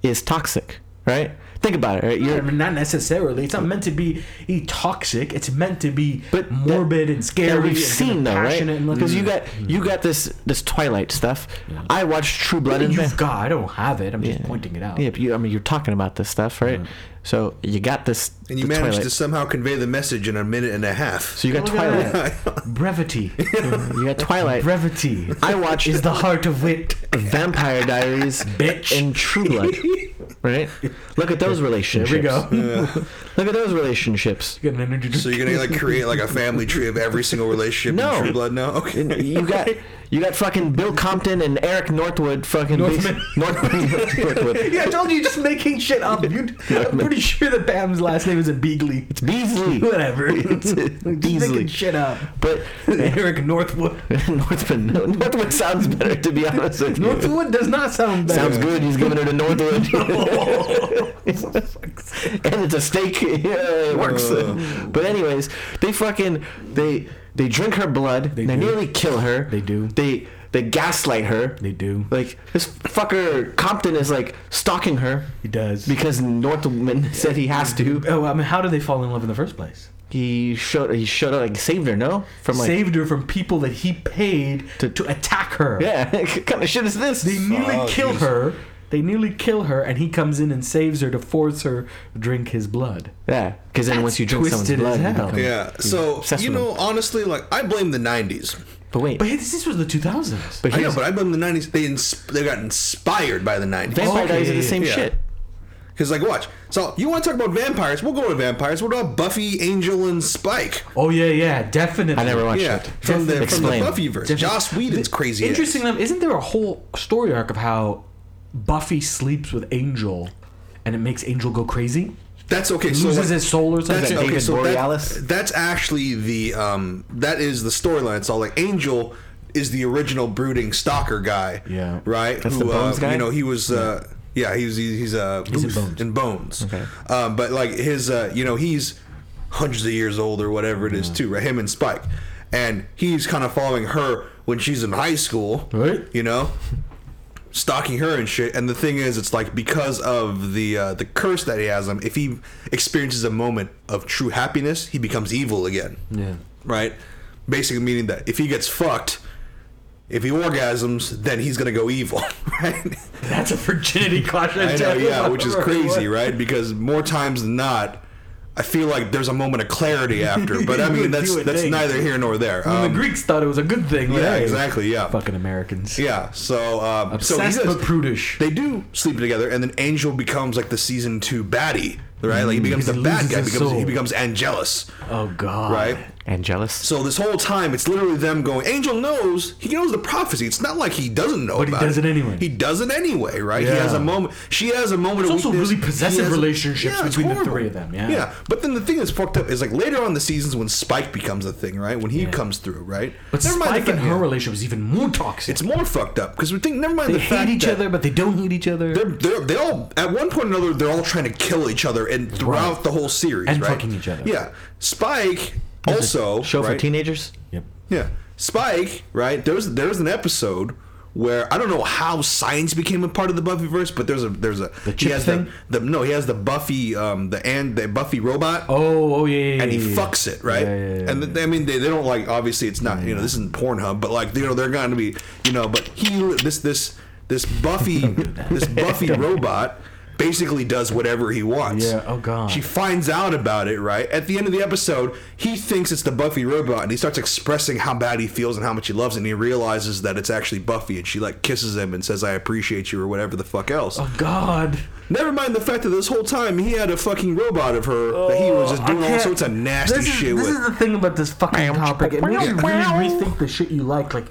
A: is toxic, right? Think about it. Right?
B: I
A: You're,
B: mean, not necessarily. It's not meant to be e- toxic. It's meant to be
A: But that-
B: morbid and scary.
A: that we've
B: and
A: seen though, right?
B: passionate and like-
A: Because you got you got this this Twilight stuff. I watched True Blood and
B: You've
A: Vamp-
B: got. I don't have it. I'm just pointing it out.
A: Yeah, but you, I mean, you're talking about this stuff, right? So you got this.
C: and you
A: the
C: managed
A: Twilight.
C: to somehow convey the message in a minute and a half.
A: So you got
B: Look at
A: Twilight.
B: that. Brevity.
A: you got Twilight.
B: Brevity
A: I watched
B: is the heart of wit.
A: Vampire Diaries,
B: Bitch.
A: and True Blood, right? Look at those relationships.
B: There we go.
A: Look at those relationships.
B: Got an energy
C: So
B: drink.
C: you're going to like create like a family tree of every single relationship
A: No.
C: in True Blood now? Okay.
A: And you got you got fucking Bill Compton and Eric Northwood fucking
B: Northman.
A: Northman Northwood.
B: yeah, I told you, you're just making shit up. You, I'm pretty sure that Pam's last name isn't Beagley. It's
A: Beasley.
B: whatever.
A: It's- it's
B: Just making
A: Beasley.
B: shit up.
A: But
B: Eric Northwood.
A: Northman no, Northwood sounds better to be honest with you.
B: Northwood does not sound bad. Oh.
A: Sounds good. He's giving her to Northwood, and it's a steak. it works.
B: Oh.
A: but anyways, they fucking they they drink her blood. They,
B: do.
A: nearly kill her.
B: They do.
A: They they gaslight her.
B: They do.
A: Like this fucker Compton is like stalking her
B: He does.
A: because Northman said he has to.
B: oh, I mean, how did they fall in love in the first place?
A: He showed he showed up like saved her. No, from like
B: Saved her from people that he paid to,
A: To-
B: attack her.
A: yeah. what kind of shit is this?
B: They nearly
C: Fuck,
B: kill
C: he's-
B: her. They nearly kill her, and he comes in and saves her to force her to drink his blood.
A: yeah, because then once you drink someone's
B: twisted as
A: blood, you
B: hell.
A: become-
C: Yeah. So
A: obsessed
C: you
A: with
C: know, honestly, like I blame the '90s.
A: But wait,
B: But this, this was the 2000s.
A: but
C: I know,
A: here's,
C: but I blame the '90s. They ins- they got inspired by the '90s.
A: vampire
B: Okay,
A: diaries are the
B: yeah,
A: same
C: yeah.
A: shit.
C: Because like, watch. So you want to talk about vampires? We'll go to vampires. What about Buffy, Angel, and Spike?
B: oh yeah, yeah, definitely.
A: I never watched
C: Yeah,
A: it.
C: from the from the
A: Oh, Explain.
C: Buffyverse.
B: Definitely.
C: Joss Whedon's crazy.
B: Interesting enough, isn't there a whole story arc of how Buffy sleeps with Angel, and it makes Angel go crazy?
C: Ass. That's okay. So
B: Loses
C: like,
B: his soul or something.
C: That's,
A: that
C: okay,
A: David
C: so that-
A: Borealis?
C: that's actually the um that is the storyline. It's all like Angel is the original brooding stalker guy.
B: Yeah.
C: Right?
A: That's the Bones
C: uh,
A: guy?
C: You know, he was uh yeah, he's he's, he's uh
B: in
C: Booth
B: Bones.
C: in Bones.
A: Okay.
C: Um but like his uh you know, he's hundreds of years old or whatever it is too, right? Him and Spike. And he's kind of following her when she's in high school.
B: Right.
C: You know? stalking her and shit. And the thing is, it's like because of the uh, the curse that he has him. If he experiences a moment of true happiness, he becomes evil again.
B: Yeah.
C: Right. Basically, meaning that if he gets fucked, if he orgasms, then he's gonna go evil. Right.
B: That's a virginity clash.
C: I know, yeah, which is crazy, right? Because more times than not. I feel like there's a moment of clarity after, but I
B: You
C: mean
B: would-
C: that's
B: you would
C: that's
B: think.
C: neither here nor there.
B: And
C: Um,
B: the Greeks thought it was a good thing.
C: yeah,
B: right?
C: exactly. Yeah,
B: Fucking Americans.
C: yeah. So, um, so he
B: Obsessed
C: does,
B: but prudish.
C: they do sleep together, and then Angel becomes like the season two baddie, right? Like he becomes
B: because
C: the
B: Mm, he
C: bad
B: loses
C: guy.
B: his
C: Becomes,
B: soul.
C: he becomes Angelus,
B: oh God.
C: right?
A: And jealous.
C: So this whole time, it's literally them going. Angel knows he knows the prophecy. It's not like he doesn't know,
B: But he
C: about
B: does it anyway.
C: He does it anyway, right? He
B: Yeah.
C: has a moment. She has a moment.
B: It's
C: of
B: also
C: weakness.
B: really
C: He
B: possessive
C: has a-
B: relationships
C: it's
B: between the
C: horrible.
B: three of them, yeah.
C: yeah. But then the thing that's fucked up is like later on in the seasons when Spike becomes a thing, right? When he comes through, right?
B: But
C: Never mind the
B: Spike and
C: fact-
B: her
C: yeah.
B: relationship is even more toxic.
C: It's more fucked up because we think. Never mind
B: they
C: the
B: hate
C: fact
B: each
C: that,
B: other, but they don't hate each other.
C: they're, they're they all at one point or another they're all trying to kill each other and throughout the whole series
B: And
C: right?
B: fucking each other.
C: Yeah, Spike also
A: Show for
C: right?
A: teenagers.
B: Yep.
C: Yeah, Spike right. There's there's an episode where I don't know how science became a part of the Buffyverse, but there's a there's a the he
B: chip
C: has
B: thing?
C: The, the no he has the Buffy um the and the Buffy robot.
B: Oh, oh yeah, yeah, yeah.
C: And he
B: yeah.
C: fucks it, right?
B: Yeah, yeah, yeah,
C: and th- I mean, they, they don't like. Obviously, it's not. You know, this isn't Pornhub, but like, you know, they're going to be. You know, but he this this this Buffy this Buffy robot basically does whatever he wants.
B: Yeah, oh, God.
C: She finds out about it, right? At the end of the episode, he thinks it's the Buffy robot, and he starts expressing how bad he feels and how much he loves, it, and he realizes that it's actually Buffy, and she like kisses him and says, "I appreciate you" or whatever the fuck else.
B: Oh God.
C: Never mind the fact that this whole time he had a fucking robot of her that he was just
B: Oh, I
C: doing all
B: can't-
C: sorts of nasty
B: this is,
C: shit
B: This
C: with.
B: is the thing about this fucking topic. It made me really rethink the shit you like. Like,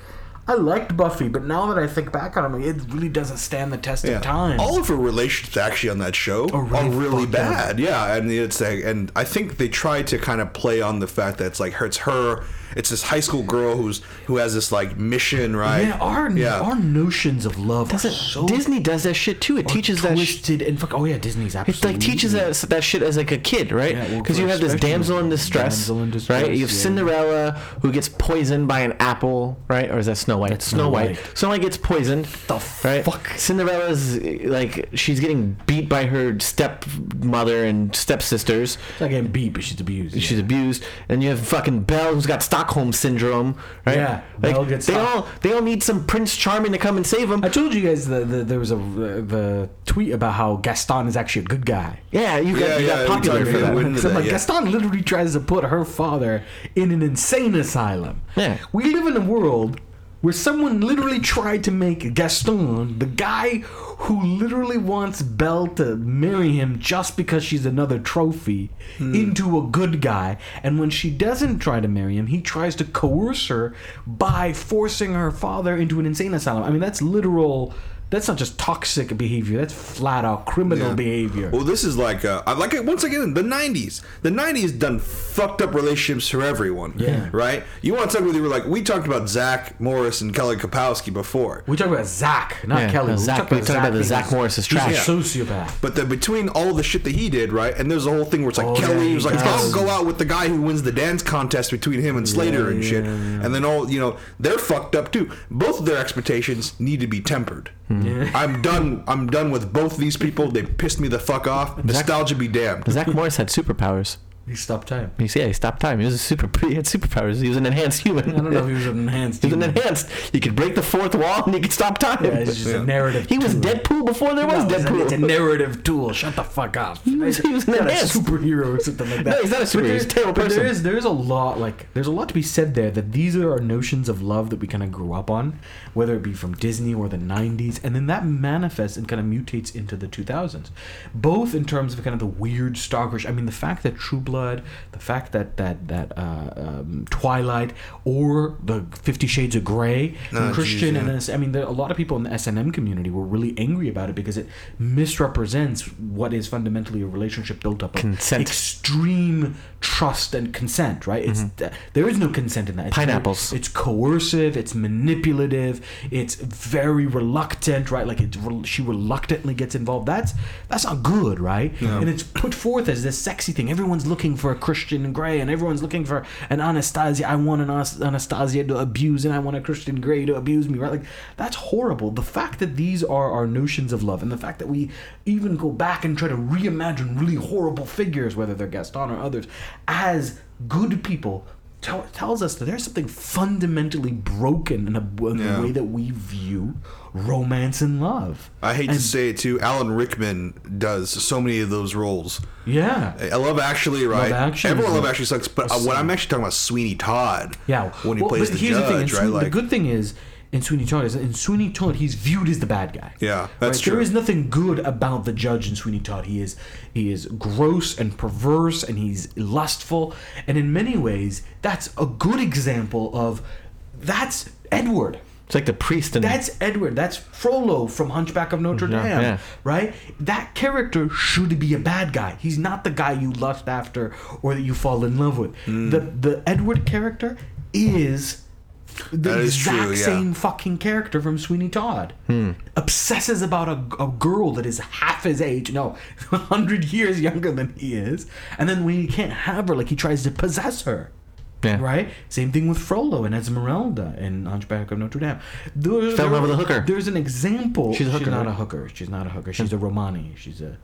B: I liked Buffy, but now that I think back on it, I'm like, it really doesn't stand the test
C: Yeah.
B: of time. Oh,
C: All of her relationships actually on that show are
B: really
C: really,
B: fucked
C: bad. Yeah, and it's like, and I think they try to kind of play on the fact that it's like her- it's her, it's this high school girl who's who has this like mission, right?
B: yeah, oh. our our notions of love are so
A: Disney does that shit too. It teaches that. Sh-
B: twisted and fuck. Oh yeah, Disney's
A: it
B: absolutely.
A: like teaches that that shit as like a kid,
B: Yeah, well,
A: right? Because
B: for
A: you have this
B: especially
A: damsel in distress,
B: damsel in distress,
A: right? You have
B: yeah.
A: Cinderella who gets poisoned by an apple, right? Or is that Snow White? Snow,
B: Snow
A: White.
B: White.
A: Snow White gets poisoned.
B: The
A: Right?
B: fuck.
A: Cinderella's eh, like she's getting beat by her stepmother and stepsisters.
B: She's not getting beat, but she's abused.
A: she's abused, and you have fucking Belle who's got Stockholm syndrome, right?
B: Yeah,
A: like,
B: Belle gets
A: they
B: Stock-
A: all they all need some Prince Charming to come and save them.
B: I told you guys that the, there was a the, the tweet about how Gaston is actually a good guy.
A: yeah, you got you
C: Yeah, yeah, we
A: got popular
C: talked
A: for
C: about
A: that.
C: it.
B: Because I'm
C: that,
B: like,
C: yeah.
B: Gaston literally tries to put her father in an insane asylum.
A: Yeah.
B: We live in a world where someone literally tried to make Gaston the guy who literally wants Belle to marry him just because she's another trophy
C: Hmm.
B: into a good guy. And when she doesn't try to marry him, he tries to coerce her by forcing her father into an insane asylum. I mean, that's literal That's not just toxic behavior. That's flat out criminal
C: Yeah.
B: behavior.
C: Well, this is like, uh, I like it once again, the 90s. The 90s done fucked up relationships for everyone.
B: Yeah.
C: Right? You want to talk with you, were like, we talked about Zach Morris and Kelly Kapowski before.
B: we talk about Zach, not
A: Yeah,
B: Kelly.
A: no, Zach- we talked about the
B: being
A: Zach
B: a-
A: Morris is
B: he's
A: trash.
B: a sociopath.
C: But then between all the shit that he did, right? And there's a whole thing where it's like
B: Oh, yeah,
C: Kelly
B: he
C: was like,
B: does.
C: I'll go out with the guy who wins the dance contest between him and Slater and shit. And then all, you know, they're fucked up too. Both of their expectations need to be tempered.
B: Hmm.
C: I'm done. I'm done with both these people. They pissed me the fuck off. Nostalgia be damned.
A: Zach Morris had superpowers.
B: He stopped time.
A: You see, yeah, he stopped time. He was a super. He had superpowers. He was an enhanced human.
B: I don't know if he was an enhanced.
A: He was an
B: human.
A: enhanced. He could break the fourth wall and he could stop time.
B: Yeah, it's just a
C: Yeah.
B: narrative.
A: he was
B: tool.
A: Deadpool before there was
B: No, it's a-
A: Deadpool.
B: It's a narrative tool. Shut the fuck up. He
A: was- he was an
B: not a
A: ass.
B: superhero or something like that.
A: No, he's not a
B: But
A: superhero,
B: there-
A: he's a terrible
B: but There
A: person.
B: is there is a lot like there's a lot to be said there that these are our notions of love that we kind of grew up on, whether it be from Disney or the '90s, and then that manifests and kind of mutates into the 2000s, both in terms of kind of the weird stalkerish. I mean, the fact that True Blood, the fact that that that uh, um, Twilight or the Fifty Shades of Grey,
C: Oh,
B: Christian
C: geez,
B: and
C: yeah.
B: I mean, there, a lot of people in the S and M community were really angry about it because it misrepresents what is fundamentally a relationship built up of
A: Consent.
B: extreme trust and consent. Right? It's th- there is no consent in that. It's
A: Mm-hmm. Pineapples.
B: it's coercive. It's manipulative. It's very reluctant. Right? Like it's re- she reluctantly gets involved. That's that's not good. Right? And it's put forth as this sexy thing. Everyone's looking for a Christian Grey, and everyone's looking for an Anastasia. I want an Anas- Anastasia to abuse, and I want a Christian Grey to abuse me. Right? Like that's horrible. The fact that these are our notions of love, and the fact that we even go back and try to reimagine really horrible figures, whether they're Gaston or others, as good people tell, tells us that there's something fundamentally broken in, a, in
C: Yeah.
B: the way that we view romance and love.
C: I hate
B: And-
C: to say it too. Alan Rickman does so many of those roles.
B: Yeah.
C: I love Actually, right?
B: Actually
C: Everyone
B: is
C: Love
B: a-
C: Actually sucks, but uh, what I'm actually talking about Sweeney Todd.
B: Yeah.
C: When he
B: Well,
C: plays
B: but
C: the
B: here's
C: judge,
B: thing, in
C: right?
B: Sweeney-
C: Like,
B: the good thing is in Sweeney Todd is in Sweeney Todd he's viewed as the bad guy.
C: Yeah, that's
B: Right? There
C: true.
B: is nothing good about the judge in Sweeney Todd. He is he is gross and perverse and he's lustful and in many ways that's a good example of that's Edward.
A: it's like the priest and
B: That's Edward. That's Frollo from Hunchback of Notre
A: Yeah,
B: Dame.
A: yeah.
B: Right? That character should be a bad guy. He's not the guy you lust after or that you fall in love with.
C: Mm.
B: The the Edward character is the
C: That is
B: exact
C: true, yeah. Hmm.
B: same fucking character from Sweeney Todd. Obsesses about a, a girl that is half his age, no, 100 years younger than he is. And then when he can't have her, like he tries to possess her.
A: yeah.
B: Right? Same thing with Frollo and Esmeralda and Hunchback of Notre Dame. There,
A: Fell in love
B: there-
A: with a hooker.
B: There's an example.
A: She's a hooker,
B: She's not
A: right? Hmm.
B: a hooker. She's not a hooker. She's a Romani. She's a.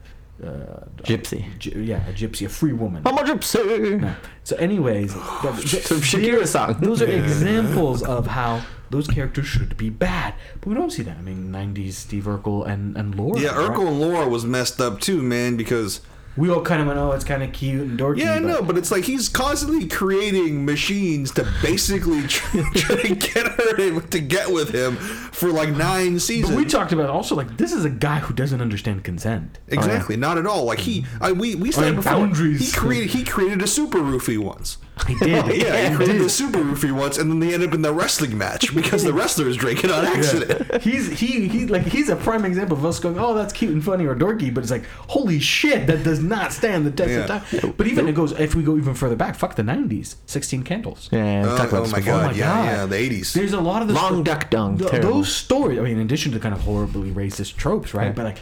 B: Uh,
A: Gypsy. Oh
B: gy- yeah, a gypsy, a free woman.
A: I'm a gypsy.
B: Yeah. So, anyways, the- the-
A: Some Shakira song.
B: those are examples of how those characters should be bad. But we don't see that. I mean, 90s Steve Urkel and, and Laura.
C: yeah,
B: right?
C: Urkel and Laura was messed up too, man, because.
B: We all kind of went, oh, it's kind of cute and dorky.
C: Yeah, I
B: but-
C: know, but it's like he's constantly creating machines to basically try, try to get her to, to get with him for like nine seasons.
B: But we talked about also, like, this is a guy who doesn't understand consent.
C: exactly, not at all. Like he, I, we we said
B: Oh, and
C: before,
B: boundaries.
C: he created he created a super roofie once.
B: He did.
C: Yeah,
B: He
C: he
B: did.
C: created a super roofie once, and then they end up in the wrestling match because the wrestler is drinking on accident.
B: he's he he like he's a prime example of us going, oh, that's cute and funny or dorky, but it's like, holy shit, that does not stand the test
C: Yeah.
B: of time. But even it goes if we go even further back, fuck the '90s, Sixteen Candles.
A: Yeah, yeah, we
C: Oh,
A: talked about
C: oh
A: this
C: my
A: before.
C: god!
B: my
C: yeah,
B: God.
C: yeah, the eighties.
B: There's a lot of those
A: Long duck dung,
B: Th-
A: terrible.
B: those stories. I mean, in addition to kind of horribly racist tropes, right? But like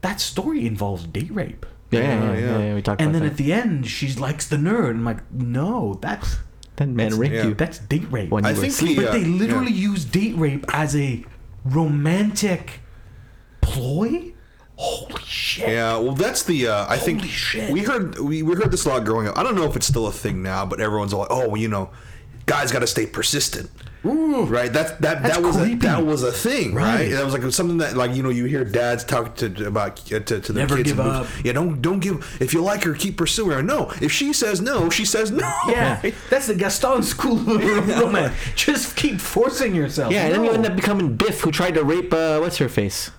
B: that story involves date rape.
A: Yeah, yeah,
C: Oh, Yeah,
A: yeah,
C: yeah.
A: yeah, yeah, we talked
B: And
A: about
B: then
A: that.
B: at the end, she likes the nerd. I'm like, no, that's
A: that man raped
C: yeah.
A: you.
B: that's date rape.
A: When
C: I
A: you were
C: think
A: asleep.
C: he,
B: But
C: uh,
B: they
C: yeah.
B: literally use date rape as a romantic ploy. Holy shit!
C: Yeah, well, that's the. Uh, I think
B: Holy shit.
C: we heard we, we heard this a lot growing up. I don't know if it's still a thing now, but everyone's all like, "Oh, well, you know, guys got to stay persistent." Right. That that
B: That's
C: that was a,
B: creepy.
C: that was a thing, right?
B: Right.
C: That was like something that like you know you hear dads talk to about uh, to, to their
B: Never
C: kids.
B: give
C: and
B: up.
C: Yeah, don't don't give. If you like her, keep pursuing her. No, if she says no, she says no.
B: Yeah, that's the Gaston school of romance. Just keep forcing yourself.
A: yeah, and then you
B: No.
A: end up becoming Biff, who tried to rape uh, what's her face,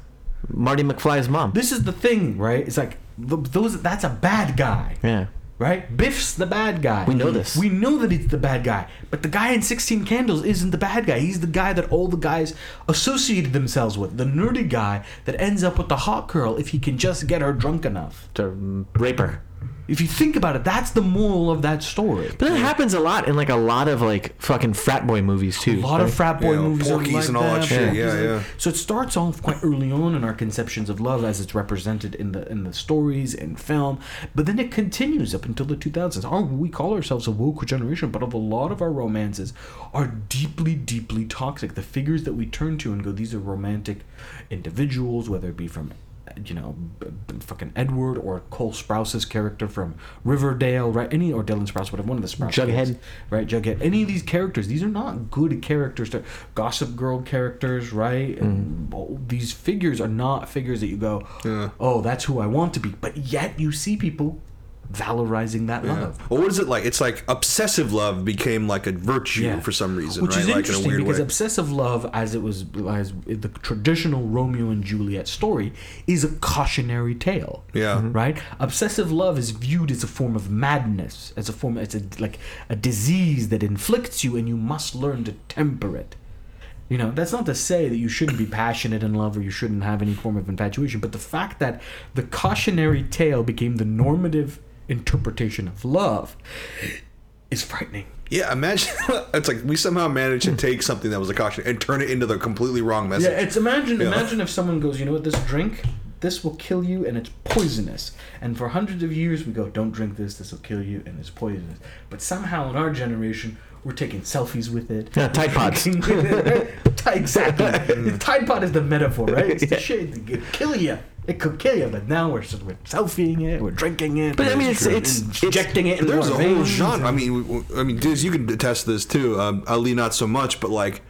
A: Marty McFly's mom.
B: This is the thing, right? It's like th- those. That's a bad guy.
A: yeah,
B: right? Biff's the bad guy.
A: We know this.
B: We know that he's the bad guy, but the guy in 16 Candles isn't the bad guy. He's the guy that all the guys associated themselves with, the nerdy guy that ends up with the hot girl if he can just get her drunk enough.
A: to rape her.
B: If you think about it, that's the moral of that story.
A: But that happens a lot in like a lot of like fucking frat boy movies too.
B: A lot of frat boy
C: Yeah,
B: movies are
C: Porky's
B: like
C: and all that shit,
B: Porky's
C: yeah,
B: and-
C: yeah.
B: So it starts off quite early on in our conceptions of love as it's represented in the in the stories and film, but then it continues up until the 2000s. Our, we call ourselves a woke generation, but of a lot of our romances are deeply, deeply toxic. The figures that we turn to and go, these are romantic individuals, whether it be from you know, b- b- fucking Edward or Cole Sprouse's character from Riverdale, right? Any or Dylan Sprouse, whatever one of the Sprouse.
A: Jughead.
B: kids right? Jughead. Any of these characters, these are not good characters. They're Gossip Girl characters, right? And all these figures are not figures that you go, oh, that's who I want to be. But yet you see people valorizing that love.
C: Well, what is it like? It's like obsessive love became like a virtue for some reason,
B: which
C: right?
B: is
C: like
B: interesting because obsessive love, as it was as the traditional Romeo and Juliet story, is a cautionary tale.
C: Yeah. Mhm.
B: right. Obsessive love is viewed as a form of madness, as a form, as a like a disease that inflicts you, and you must learn to temper it. You know, that's not to say that you shouldn't be passionate in love or you shouldn't have any form of infatuation, but the fact that the cautionary tale became the normative interpretation of love is frightening.
C: yeah, imagine it's like we somehow managed to take something that was a caution and turn it into the completely wrong message.
B: Yeah, it's imagine imagine if someone goes, you know what, this drink, this will kill you and it's poisonous. And for hundreds of years we go, don't drink this, this will kill you and it's poisonous. But somehow in our generation we're taking selfies with it.
A: Yeah, Tide Pods.
B: Drinking with it, right? exactly. The Tide Pod is the metaphor, right? It's the shit that could kill you. It could kill you, but now we're we're selfieing it, we're drinking it.
A: But I
B: we're
A: mean, it's-
B: dr-
A: it's- it's-
B: injecting it. into
C: There's
B: our
C: a whole
B: veins
C: genre.
B: and-
C: I mean, we- we- I mean, dudes, you can attest to this too. Um, Ali, not so much, but like,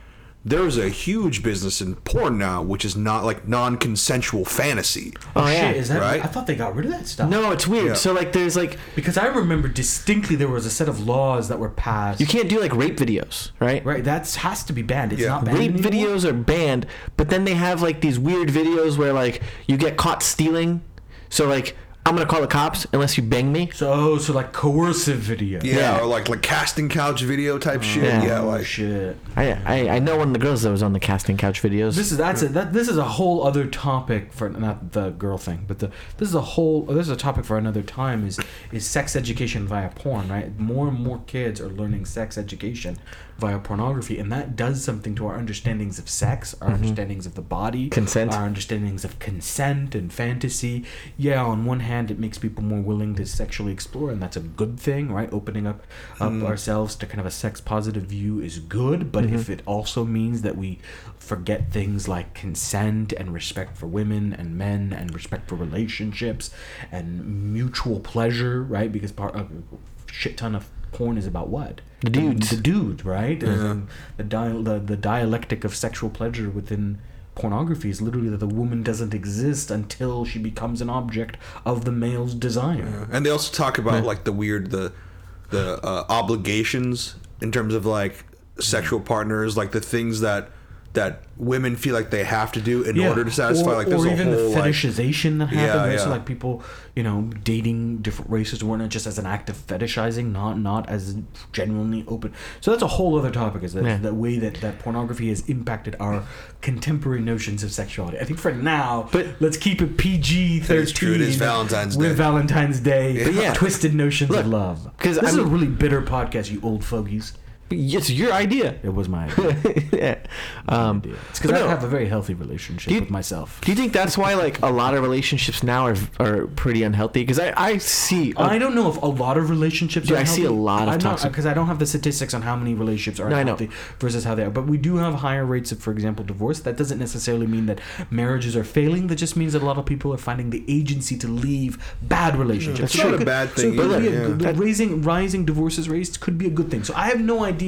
C: there's a huge business in porn now, which is not like non-consensual fantasy.
A: oh yeah.
B: Shit, is that?
C: right?
B: I thought they got rid of that stuff.
A: no, it's weird.
C: Yeah.
A: So like, there's like
B: Because I remember distinctly there was a set of laws that were passed.
A: you can't do like rape videos, right?
B: right, that has to be banned. It's
C: Yeah.
B: not banned.
A: Rape
B: anymore.
A: videos are banned, but then they have like these weird videos where like you get caught stealing. So like, I'm gonna call the cops unless you bang me.
B: So, oh, so like coercive video.
C: Yeah,
A: Yeah.
C: or like like casting couch video type shit.
A: Yeah.
C: Yeah,
B: Oh
C: like
B: shit.
A: I, I I know one of the girls that was on the casting couch videos.
B: This is that's a, that. This is a whole other topic for not the girl thing, but the this is a whole. This is a topic for another time. Is is sex education via porn? Right. More and more kids are learning sex education via pornography, and that does something to our understandings of sex, our understandings of the body,
A: Mm-hmm. Consent.
B: our understandings of consent and fantasy. Yeah, on one hand, it makes people more willing to sexually explore, and that's a good thing, right? Opening up, up ourselves to kind of a sex positive view is good, but if it also means that we forget things like consent and respect for women and men and respect for relationships and mutual pleasure, right? Because part of shit ton of porn is about what
A: The dudes.
B: the dude, right? And The, dia- the the dialectic of sexual pleasure within pornography is literally that the woman doesn't exist until she becomes an object of the male's desire.
C: And they also talk about like the weird the the uh, obligations in terms of like sexual partners, like the things that that women feel like they have to do in order to satisfy.
B: or,
C: like
B: or
C: there's a
B: even
C: whole
B: the
C: like
B: fetishization that happened.
C: Yeah,
B: right? So
C: yeah.
B: like people, you know, dating different races and whatnot, just as an act of fetishizing, not not as genuinely open. So that's a whole other topic. Is that
A: Yeah.
B: the way that that pornography has impacted our contemporary notions of sexuality? I think for now,
A: But-
B: let's keep it PG thirteen.
C: is true. It is Valentine's
B: with
C: Day.
B: Valentine's Day.
A: But yeah.
B: twisted notions
A: Look,
B: of love.
A: 'cause
B: Because
A: I
B: this is a
A: mean-
B: really bitter podcast, you old fogies.
A: it's your idea.
B: It was my idea.
A: yeah. Um,
B: It's because
A: but
B: I
A: no.
B: have a very healthy relationship
A: you-
B: with myself.
A: Do you think that's why like a lot of relationships now are are pretty unhealthy? Because I I see uh,
B: I don't know if a lot of relationships.
A: Dude,
B: are
A: I see a lot of toxic-
B: because I don't have the statistics on how many relationships are
A: No, I know.
B: healthy versus how they are. But we do have higher rates of, for example, divorce. That doesn't necessarily mean that marriages are failing. That just means that a lot of people are finding the agency to leave bad relationships.
C: It's not a bad thing
B: So it could be
C: either,
B: a
C: yeah.
B: good- the raising rising divorces rates could be a good thing. So I have no idea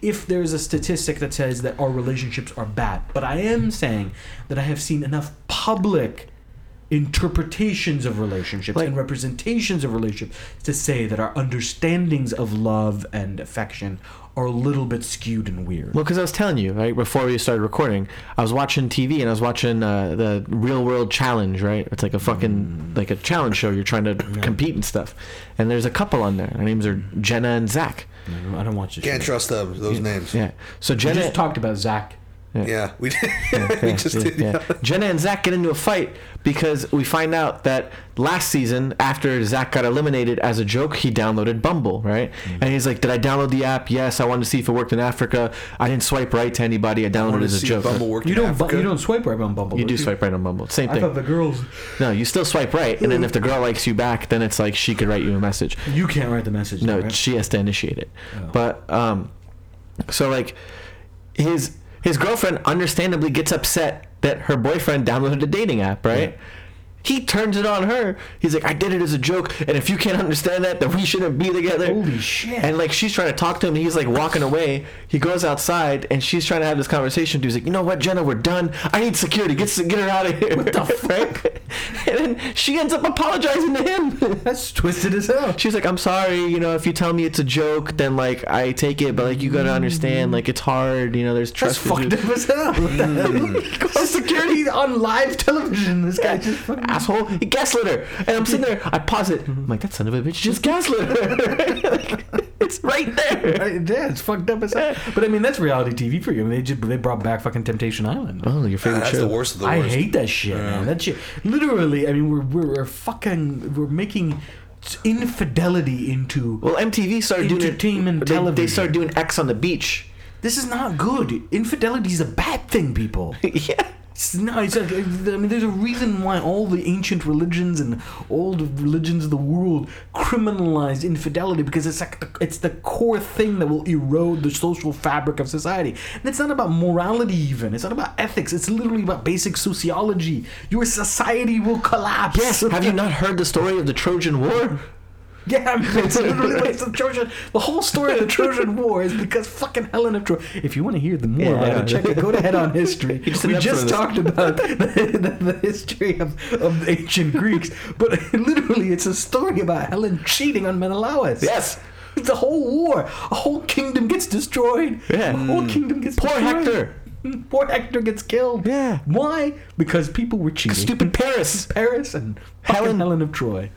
B: if there's a statistic that says that our relationships are bad. But I am saying that I have seen enough public interpretations of relationships
A: Like-
B: and representations of relationships to say that our understandings of love and affection are a little bit skewed and weird.
A: Well, because I was telling you right before we started recording, I was watching TV and I was watching uh, the Real World Challenge. Right, it's like a
B: Mm.
A: fucking like a challenge show. You're trying to compete and stuff. And there's a couple on there. Their names are Jenna and Zach.
B: I don't, I don't watch this.
C: Can't
B: shit.
C: trust them. Those names. Yeah.
A: Yeah. So
B: We
A: Jenna
B: just talked about Zach.
C: We, we just did.
A: yeah.
C: Yeah.
A: Jenna and Zach get into a fight because we find out that last season, after Zach got eliminated as a joke, he downloaded Bumble, right?
C: Mm-hmm.
A: And he's like, "Did I download the app? Yes. I wanted to see if it worked in Africa. I didn't swipe right to anybody. I downloaded it
C: Wanted
A: as
C: to
A: a
C: see
A: joke.
C: Bumble work
B: You
C: in
B: don't.
C: Africa.
B: Bu- you don't swipe right on Bumble.
A: You
B: don't
A: do swipe right on Bumble. Same
B: I thought
A: thing.
B: the girls.
A: No, you still swipe right, and then if the girl likes you back, then it's like she could write you a message.
B: You can't write the message.
A: No,
B: though, right? Oh.
A: she has to initiate it. But um, so like his his girlfriend understandably gets upset that her boyfriend downloaded a dating app, right? He turns it on her. He's like, "I did it as a joke, and if you can't understand that, then we shouldn't be together."
B: Holy shit.
A: And like she's trying to talk to him, and he's like walking away. He goes outside, and she's trying to have this conversation. He's like, "You know what, Jenna? We're done. I need security. Get get her out of here." What the fuck? and then she ends up apologizing to him.
B: that's twisted as hell.
A: She's like, I'm sorry, you know, if you tell me it's a joke, then like I take it, but like you gotta understand, like it's hard, you know, there's trust.
B: That's fucked up as hell. Mm. Security on live television. This guy just Mm-hmm. fucking.
A: Asshole, he gaslit her, and I'm sitting there. I pause it. I'm like, that son of a bitch just gaslit her. Like, it's right there.
B: Right, yeah, it's fucked up as hell. But I mean, that's reality TV for you. I mean, they just they brought back fucking Temptation Island.
A: Oh, your favorite
C: That's
A: show.
C: the worst of the
B: I
C: worst.
B: hate that shit, man. That shit. Literally, I mean, we're we're, we're fucking we're making infidelity into.
A: Well, MTV started doing
B: Entertainment
A: it, they- They,
B: television.
A: started doing X on the beach.
B: This is not good. Infidelity is a bad thing, people.
A: yeah.
B: It's not. It's like, I mean, there's a reason why all the ancient religions and all the religions of the world criminalized infidelity because it's like the, it's the core thing that will erode the social fabric of society. And it's not about morality, even. It's not about ethics. It's literally about basic sociology. Your society will collapse.
A: Yes. Have you not heard the story of the Trojan War?
B: Yeah, I mean, it's literally like the Trojan. The whole story of the Trojan War is because fucking Helen of Troy. If you want to hear the more
A: Yeah, I
B: about it,
A: know.
B: check it. Go to Head On History.
A: just
B: we
A: an
B: just
A: episode
B: talked about the, the, the history of, of the ancient Greeks, but literally, it's a story about Helen cheating on Menelaus.
A: Yes.
B: it's a whole war. A whole kingdom gets destroyed.
A: Yeah. Mm.
B: a whole kingdom gets
A: Poor
B: destroyed. Mm,
A: Hector.
B: Poor Hector gets killed.
A: Yeah.
B: Why? Because people were cheating.
A: Stupid Paris.
B: Paris and fucking
A: Helen-
B: Helen of Troy.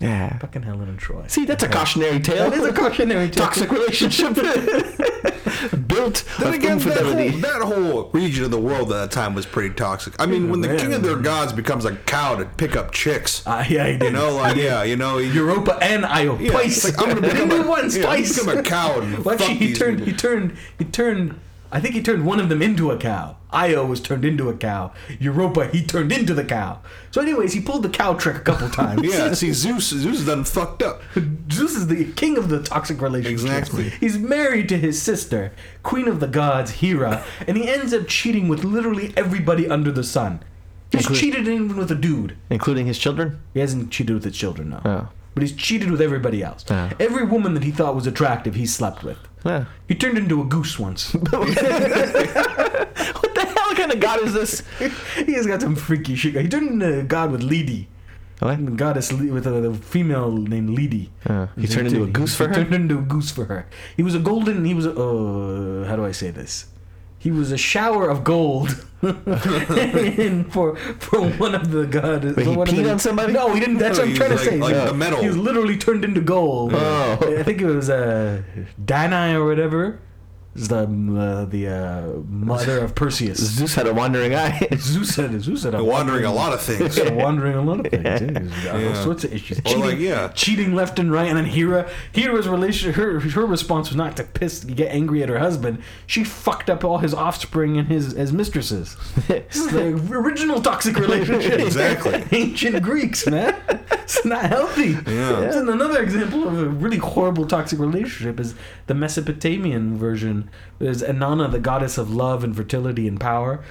A: Yeah.
B: Fucking Helen of Troy.
A: See, that's a cautionary tale.
B: That is a cautionary tale.
A: toxic relationship built
C: Then
A: of
C: again, that whole,
A: infidelity.
C: that whole region of the world at that time was pretty toxic. I mean, when the king of their gods becomes a cow to pick up chicks,
B: Ah, yeah, I did.
C: you know, like yeah, you know, you-
B: Europa and Io
C: yeah,
B: twice.
C: it's like, I'm gonna become
B: Didn't
C: a,
B: he once,
C: yeah, I'm gonna
B: twice.
C: become a cow and
B: Well, actually,
C: fuck
B: he
C: these
B: turned.
C: people.
B: He turned. He turned. I think he turned one of them into a cow. Io was turned into a cow. Europa, he turned into the cow. So, anyways, he pulled the cow trick a couple times.
C: Yeah, see, Zeus, Zeus is done fucked up.
B: Zeus is the king of the toxic relationship.
C: Exactly.
B: He's married to his sister, queen of the gods, Hera, and he ends up cheating with literally everybody under the sun. He's
A: Inclu-
B: cheated even with a dude.
A: Including his children?
B: He hasn't cheated with his children, no.
A: Oh.
B: But he's cheated with everybody else.
A: Oh.
B: Every woman that he thought was attractive, he slept with.
A: Yeah.
B: He turned into a goose once.
A: What the hell kind of god is this?
B: he has got some freaky shit. He turned into a god with Lady.
A: What?
B: The goddess Li- with a, a female named Lady.
A: Uh, he turned into a goose for
B: he
A: her?
B: Turned into a goose for her. He was a golden. He was. A, uh, how do I say this? He was a shower of gold And for for one of the god.
A: Wait,
B: for
A: he
B: one of
A: peed
B: the-
A: on somebody?
B: No, he didn't. That's
C: No,
B: what I'm
C: he
B: trying
C: was
B: to
C: like-
B: say.
C: like
B: Yeah.
C: the metal.
B: He was literally turned into gold.
A: Oh.
B: I think it was uh, Danae or whatever. Is the uh, the uh, mother of Perseus?
A: Zeus had a wandering eye.
B: Zeus had Zeus had a
C: Wandering a lot of things.
B: yeah, wandering a lot of things. Yeah. He's got All
C: Yeah.
B: sorts of issues.
C: Or
B: Cheating,
C: like, yeah.
B: cheating left and right, and then Hera, Hera's relation, her her response was not to piss, get angry at her husband. She fucked up all his offspring and his as mistresses. It's the original toxic relationship.
C: Exactly.
B: Ancient Greeks, man. It's not healthy.
C: Yeah.
B: It's another example of a really horrible toxic relationship is the Mesopotamian version. There's Inanna, the goddess of love and fertility and power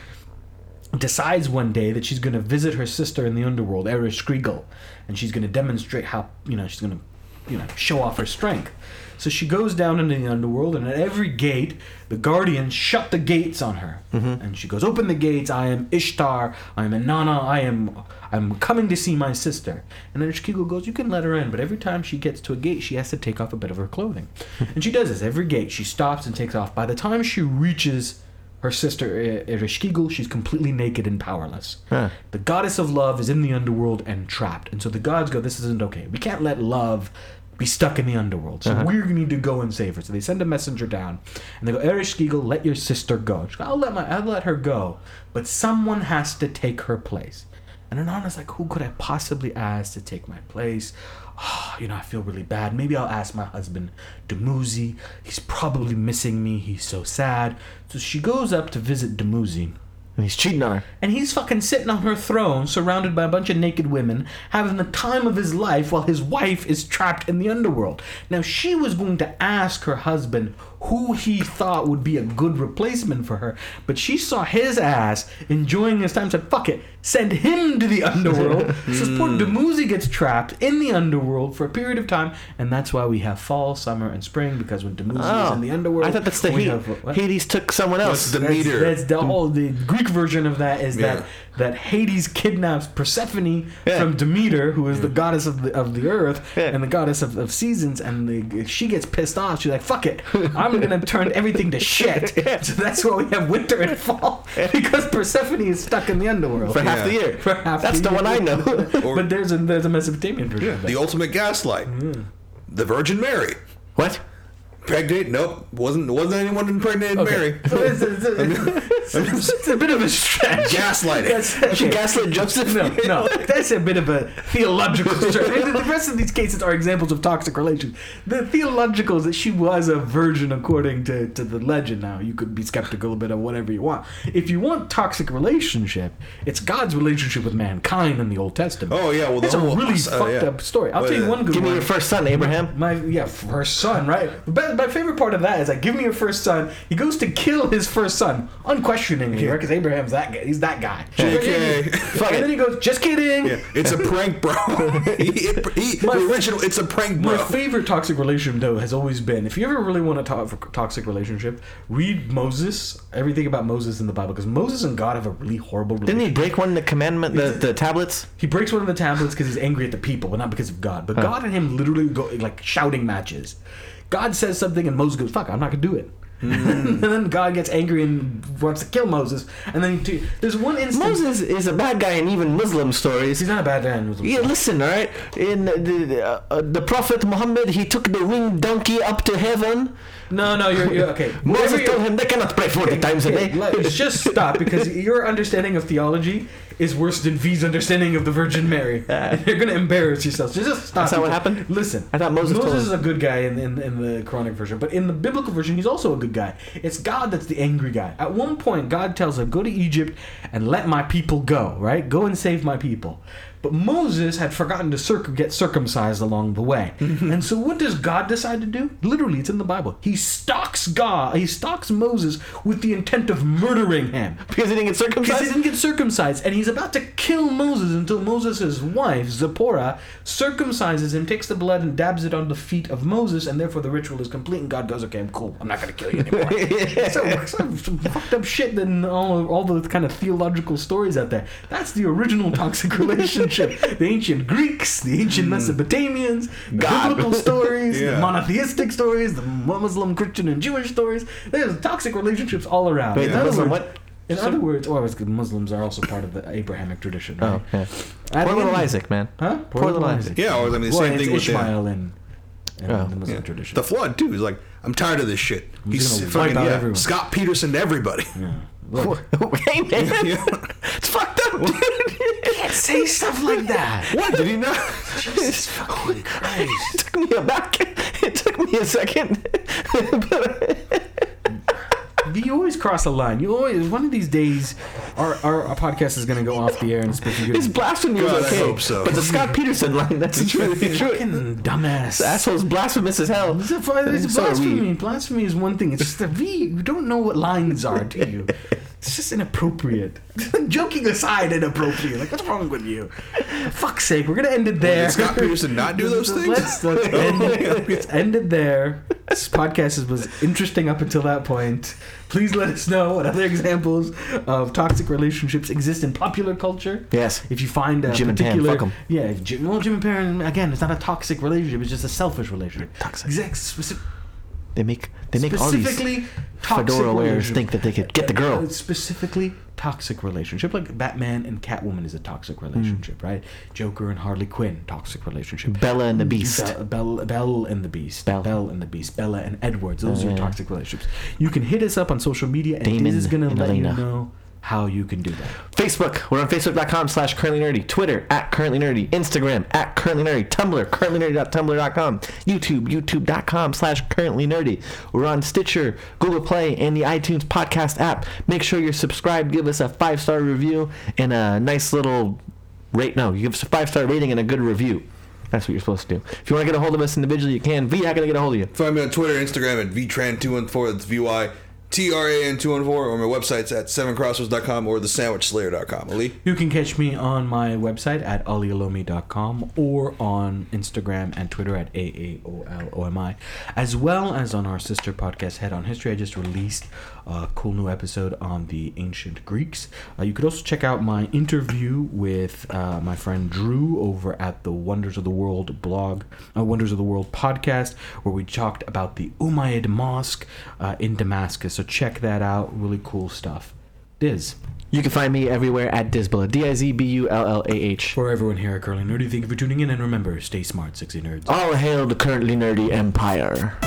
B: decides one day that she's going to visit her sister in the underworld, Eris Skrigal, and she's going to demonstrate how, you know, she's going to you know, show off her strength. So she goes down into the underworld, and at every gate, the guardians shut the gates on her. And she goes, "Open the gates! I am Ishtar. I am Inanna. I am, I'm coming to see my sister." And then Shkigo goes, "You can let her in, but every time she gets to a gate, she has to take off a bit of her clothing." and she does this every gate. She stops and takes off. By the time she reaches her sister I- Ereshkigal, she's completely naked and powerless.
A: Huh.
B: The goddess of love is in the underworld and trapped. And so the gods go, this isn't okay. We can't let love be stuck in the underworld. So we need to go and save her. So they send a messenger down and they go, Ereshkigal, let your sister go. She goes, I'll let my I'll let her go. But someone has to take her place. And Inanna's like, who could I possibly ask to take my place? Oh, you know, I feel really bad. Maybe I'll ask my husband, Dumuzi. He's probably missing me. He's so sad. So she goes up to visit Dumuzi.
A: And he's cheating on her.
B: And he's fucking sitting on her throne, surrounded by a bunch of naked women, having the time of his life while his wife is trapped in the underworld. Now, she was going to ask her husband who he thought would be a good replacement for her, but she saw his ass enjoying his time, said, fuck it, send him to the underworld. so this
A: Hmm.
B: poor Dumuzi gets trapped in the underworld for a period of time, and that's why we have fall, summer, and spring, because when Dumuzi is in the underworld,
A: Oh, I thought that's the
B: we
A: heat.
B: have- what?
A: Hades took someone
C: What's
A: else.
C: the
B: That's-
C: meter?
B: That's, the whole the Greek version of that is
C: Yeah.
B: that that Hades kidnaps Persephone
A: Yeah.
B: from Demeter, who
C: Mm.
B: is the goddess of the of the earth
A: Yeah.
B: and the goddess of, of seasons, and the, she gets pissed off. She's like, "Fuck it, I'm gonna turn everything to shit." So that's why we have winter and fall because Persephone is stuck in the underworld
A: for half the
C: Yeah.
A: year.
B: For half
A: That's the
B: year.
A: one I know.
C: Or-
B: but there's a there's a Mesopotamian version. of that.
C: The ultimate gaslight. The Virgin Mary.
A: what?
C: Pregnant? Nope. Wasn't wasn't anyone impregnated
B: Okay.
C: Mary.
B: So it's, it's- it's- it's- it's a bit of a stretch.
C: Gaslighting.
B: That's- okay.
A: She gaslit Joseph.
B: No, no, that's a bit of a theological stretch. And the rest of these cases are examples of toxic relations. The theological is that she was a virgin according to, to the legend. Now, you could be skeptical a bit of whatever you want. If you want toxic relationship, it's God's relationship with mankind in the Old Testament.
C: Oh, yeah, well, the
B: it's a
C: whole-
B: really
C: uh,
B: fucked
C: yeah.
B: up story. I'll
C: Well,
B: tell you
C: yeah.
B: one good
A: Give me
B: one.
A: your first son, Abraham.
B: My yeah, f- her son, right? But my favorite part of that is like, give me your first son. He goes to kill his first son, unquestioningly, right? Because Abraham's that guy. He's that guy.
C: JK.
A: Fuck
B: And then
A: it.
B: he goes, just kidding.
C: Yeah, it's a prank, bro. he, he,
B: My-
C: the original, it's a prank,
B: My
C: bro.
B: favorite toxic relationship though has always been if you ever really want a to- toxic relationship, read Moses, everything about Moses in the Bible because Moses and God have a really horrible
A: Didn't he
B: relationship.
A: break one of the commandment, the, the tablets?
B: He breaks one of the tablets because he's angry at the people, but not because of God. But God and him literally go like shouting matches. God says something and Moses goes, "Fuck, I'm not gonna do it."
A: Mm.
B: and then God gets angry and wants to kill Moses. And then he t- there's one instance.
A: Moses is a bad guy in even Muslim stories.
B: he's not a bad man.
A: Yeah, listen, all right. In the the, uh, uh, the Prophet Muhammad, he took the winged donkey up to heaven.
B: No, no, you're, you're okay. Whatever
A: Moses
B: you're-
A: told him they cannot pray forty times a
B: Okay,
A: day.
B: let's just stop because your understanding of theology is worse than V's understanding of the Virgin Mary.
A: Yeah.
B: You're gonna embarrass yourself. So just stop.
A: That's not what
B: because-
A: happened?
B: Listen,
A: I thought Moses told us.
B: Moses is a good guy in, in in the Quranic version, but in the biblical version, he's also a good guy. It's God that's the angry guy. At one point, God tells him, "Go to Egypt and let my people go." Right, go and save my people. But Moses had forgotten to circ- get circumcised along the way, and so what does God decide to do? Literally, it's in the Bible. He stalks God. He stalks Moses with the intent of murdering him.
A: because he didn't get
B: Because he
A: circumcised.
B: didn't get circumcised, and he's about to kill Moses until Moses' wife, Zipporah, circumcises him, takes the blood, and dabs it on the feet of Moses, and therefore the ritual is complete, and God goes, okay, I'm cool. I'm not going to kill you anymore. so, so, some fucked up shit than all, all the kind of theological stories out there. That's the original toxic relationship. the ancient Greeks, the ancient Mesopotamians, the
A: Hmm. God.
B: biblical stories,
C: Yeah.
B: the monotheistic stories, the Muslim, Christian, and Jewish stories. There's toxic relationships all around.
A: Wait,
B: In other
A: Muslim
B: words-
A: what?
B: in other words, well, it's 'cause Muslims are also part of the Abrahamic tradition.
A: Oh,
B: Right?
A: yeah.
B: At
A: Poor
B: the
A: little
B: end-
A: Isaac, man.
B: Huh?
A: Poor little Isaac.
C: Yeah, or I mean, the
B: Well,
C: same
B: it's
C: thing with the-
B: Ishmael in, in
A: Oh.
B: the Muslim
C: Yeah.
B: tradition.
C: The flood too. He's like, I'm tired of this shit.
B: just
C: He's
B: gonna
C: fucking
B: wipe out
C: yeah,
B: everyone.
C: Scott Peterson to everybody.
B: Look,
A: hey man,
C: Yeah.
A: it's fucked up, dude.
B: can't say stuff like that.
C: What did he know?
A: it took me aback. It took me a second. uh,
B: You always cross a line. You always. One of these days, our our, our podcast is going to go off the air and it's going
A: His
B: to be
A: blasphemy was
C: God, I
A: okay,
C: hope so.
A: but the Scott Peterson line—that's true. true.
B: fucking dumbass.
A: The asshole's blasphemous as hell.
B: It's, a, it's
A: So are we.
B: blasphemy. Blasphemy is one thing. It's just the V. You don't know what lines are, do you? It's just inappropriate. Joking aside, inappropriate. Like, what's wrong with you? For fuck's sake, we're gonna end it there.
C: Did Scott Peterson not do those things?
B: Let's, let's, end, it- let's end it there. This podcast is- was interesting up until that point. Please let us know what other examples of toxic relationships exist in popular culture.
A: Yes.
B: If you find a
A: Jim and Pam,
B: particular,
A: fuck 'em.
B: yeah, if Jim, well, Jim and Pam again, it's not a toxic relationship; it's just a selfish relationship.
A: Toxic.
B: Exact, specific,
A: They make they make all these
B: specifically toxic
A: fedora wearers
B: relationship.
A: think that they could get the girl.
B: Uh, specifically toxic relationship like batman and catwoman is a toxic
A: Hmm.
B: relationship right joker and harley quinn toxic relationship
A: Bella and the Beast.
B: Bell, Bell, Bell and the Beast.
A: Bell.
B: and the Beast. Bella and Edwards. Those
A: Oh,
B: are
A: yeah.
B: toxic relationships. You can hit us up on social media, and
A: Damon
B: this is going to
A: and
B: let you
A: Elena.
B: know how you can do that.
A: Facebook. We're on facebook.com slash currently nerdy. Twitter at currently nerdy. Instagram at currently nerdy. Tumblr, currentlynerdy.tumblr.com. YouTube, youtube.com slash currently nerdy. We're on Stitcher, Google Play, and the iTunes podcast app. Make sure you're subscribed. Give us a five star review and a nice little rate. No, you give us a five star rating and a good review. That's what you're supposed to do. If you want to get a hold of us individually, you can. V, how can I get a hold of you?
C: Find me on Twitter, Instagram at vtran214. That's V Y T R A N 214. Or my website's at sevencrossroads.com or thesandwichslayer.com. Ali?
B: You can catch me on my website at aliolomi.com or on Instagram and Twitter at AAOLOMI, as well as on our sister podcast, Head on History. I just released a cool new episode on the ancient Greeks. Uh, you could also check out my interview with uh, my friend Drew over at the Wonders of the World blog, uh, Wonders of the World podcast, where we talked about the Umayyad Mosque uh, in Damascus. So check that out. Really cool stuff. Diz.
A: You can find me everywhere at Dizbulla. D I Z B U L L A H.
B: For everyone here at Curly Nerdy, thank you for tuning in, and remember, stay smart, sexy nerds.
A: All hail the currently nerdy empire.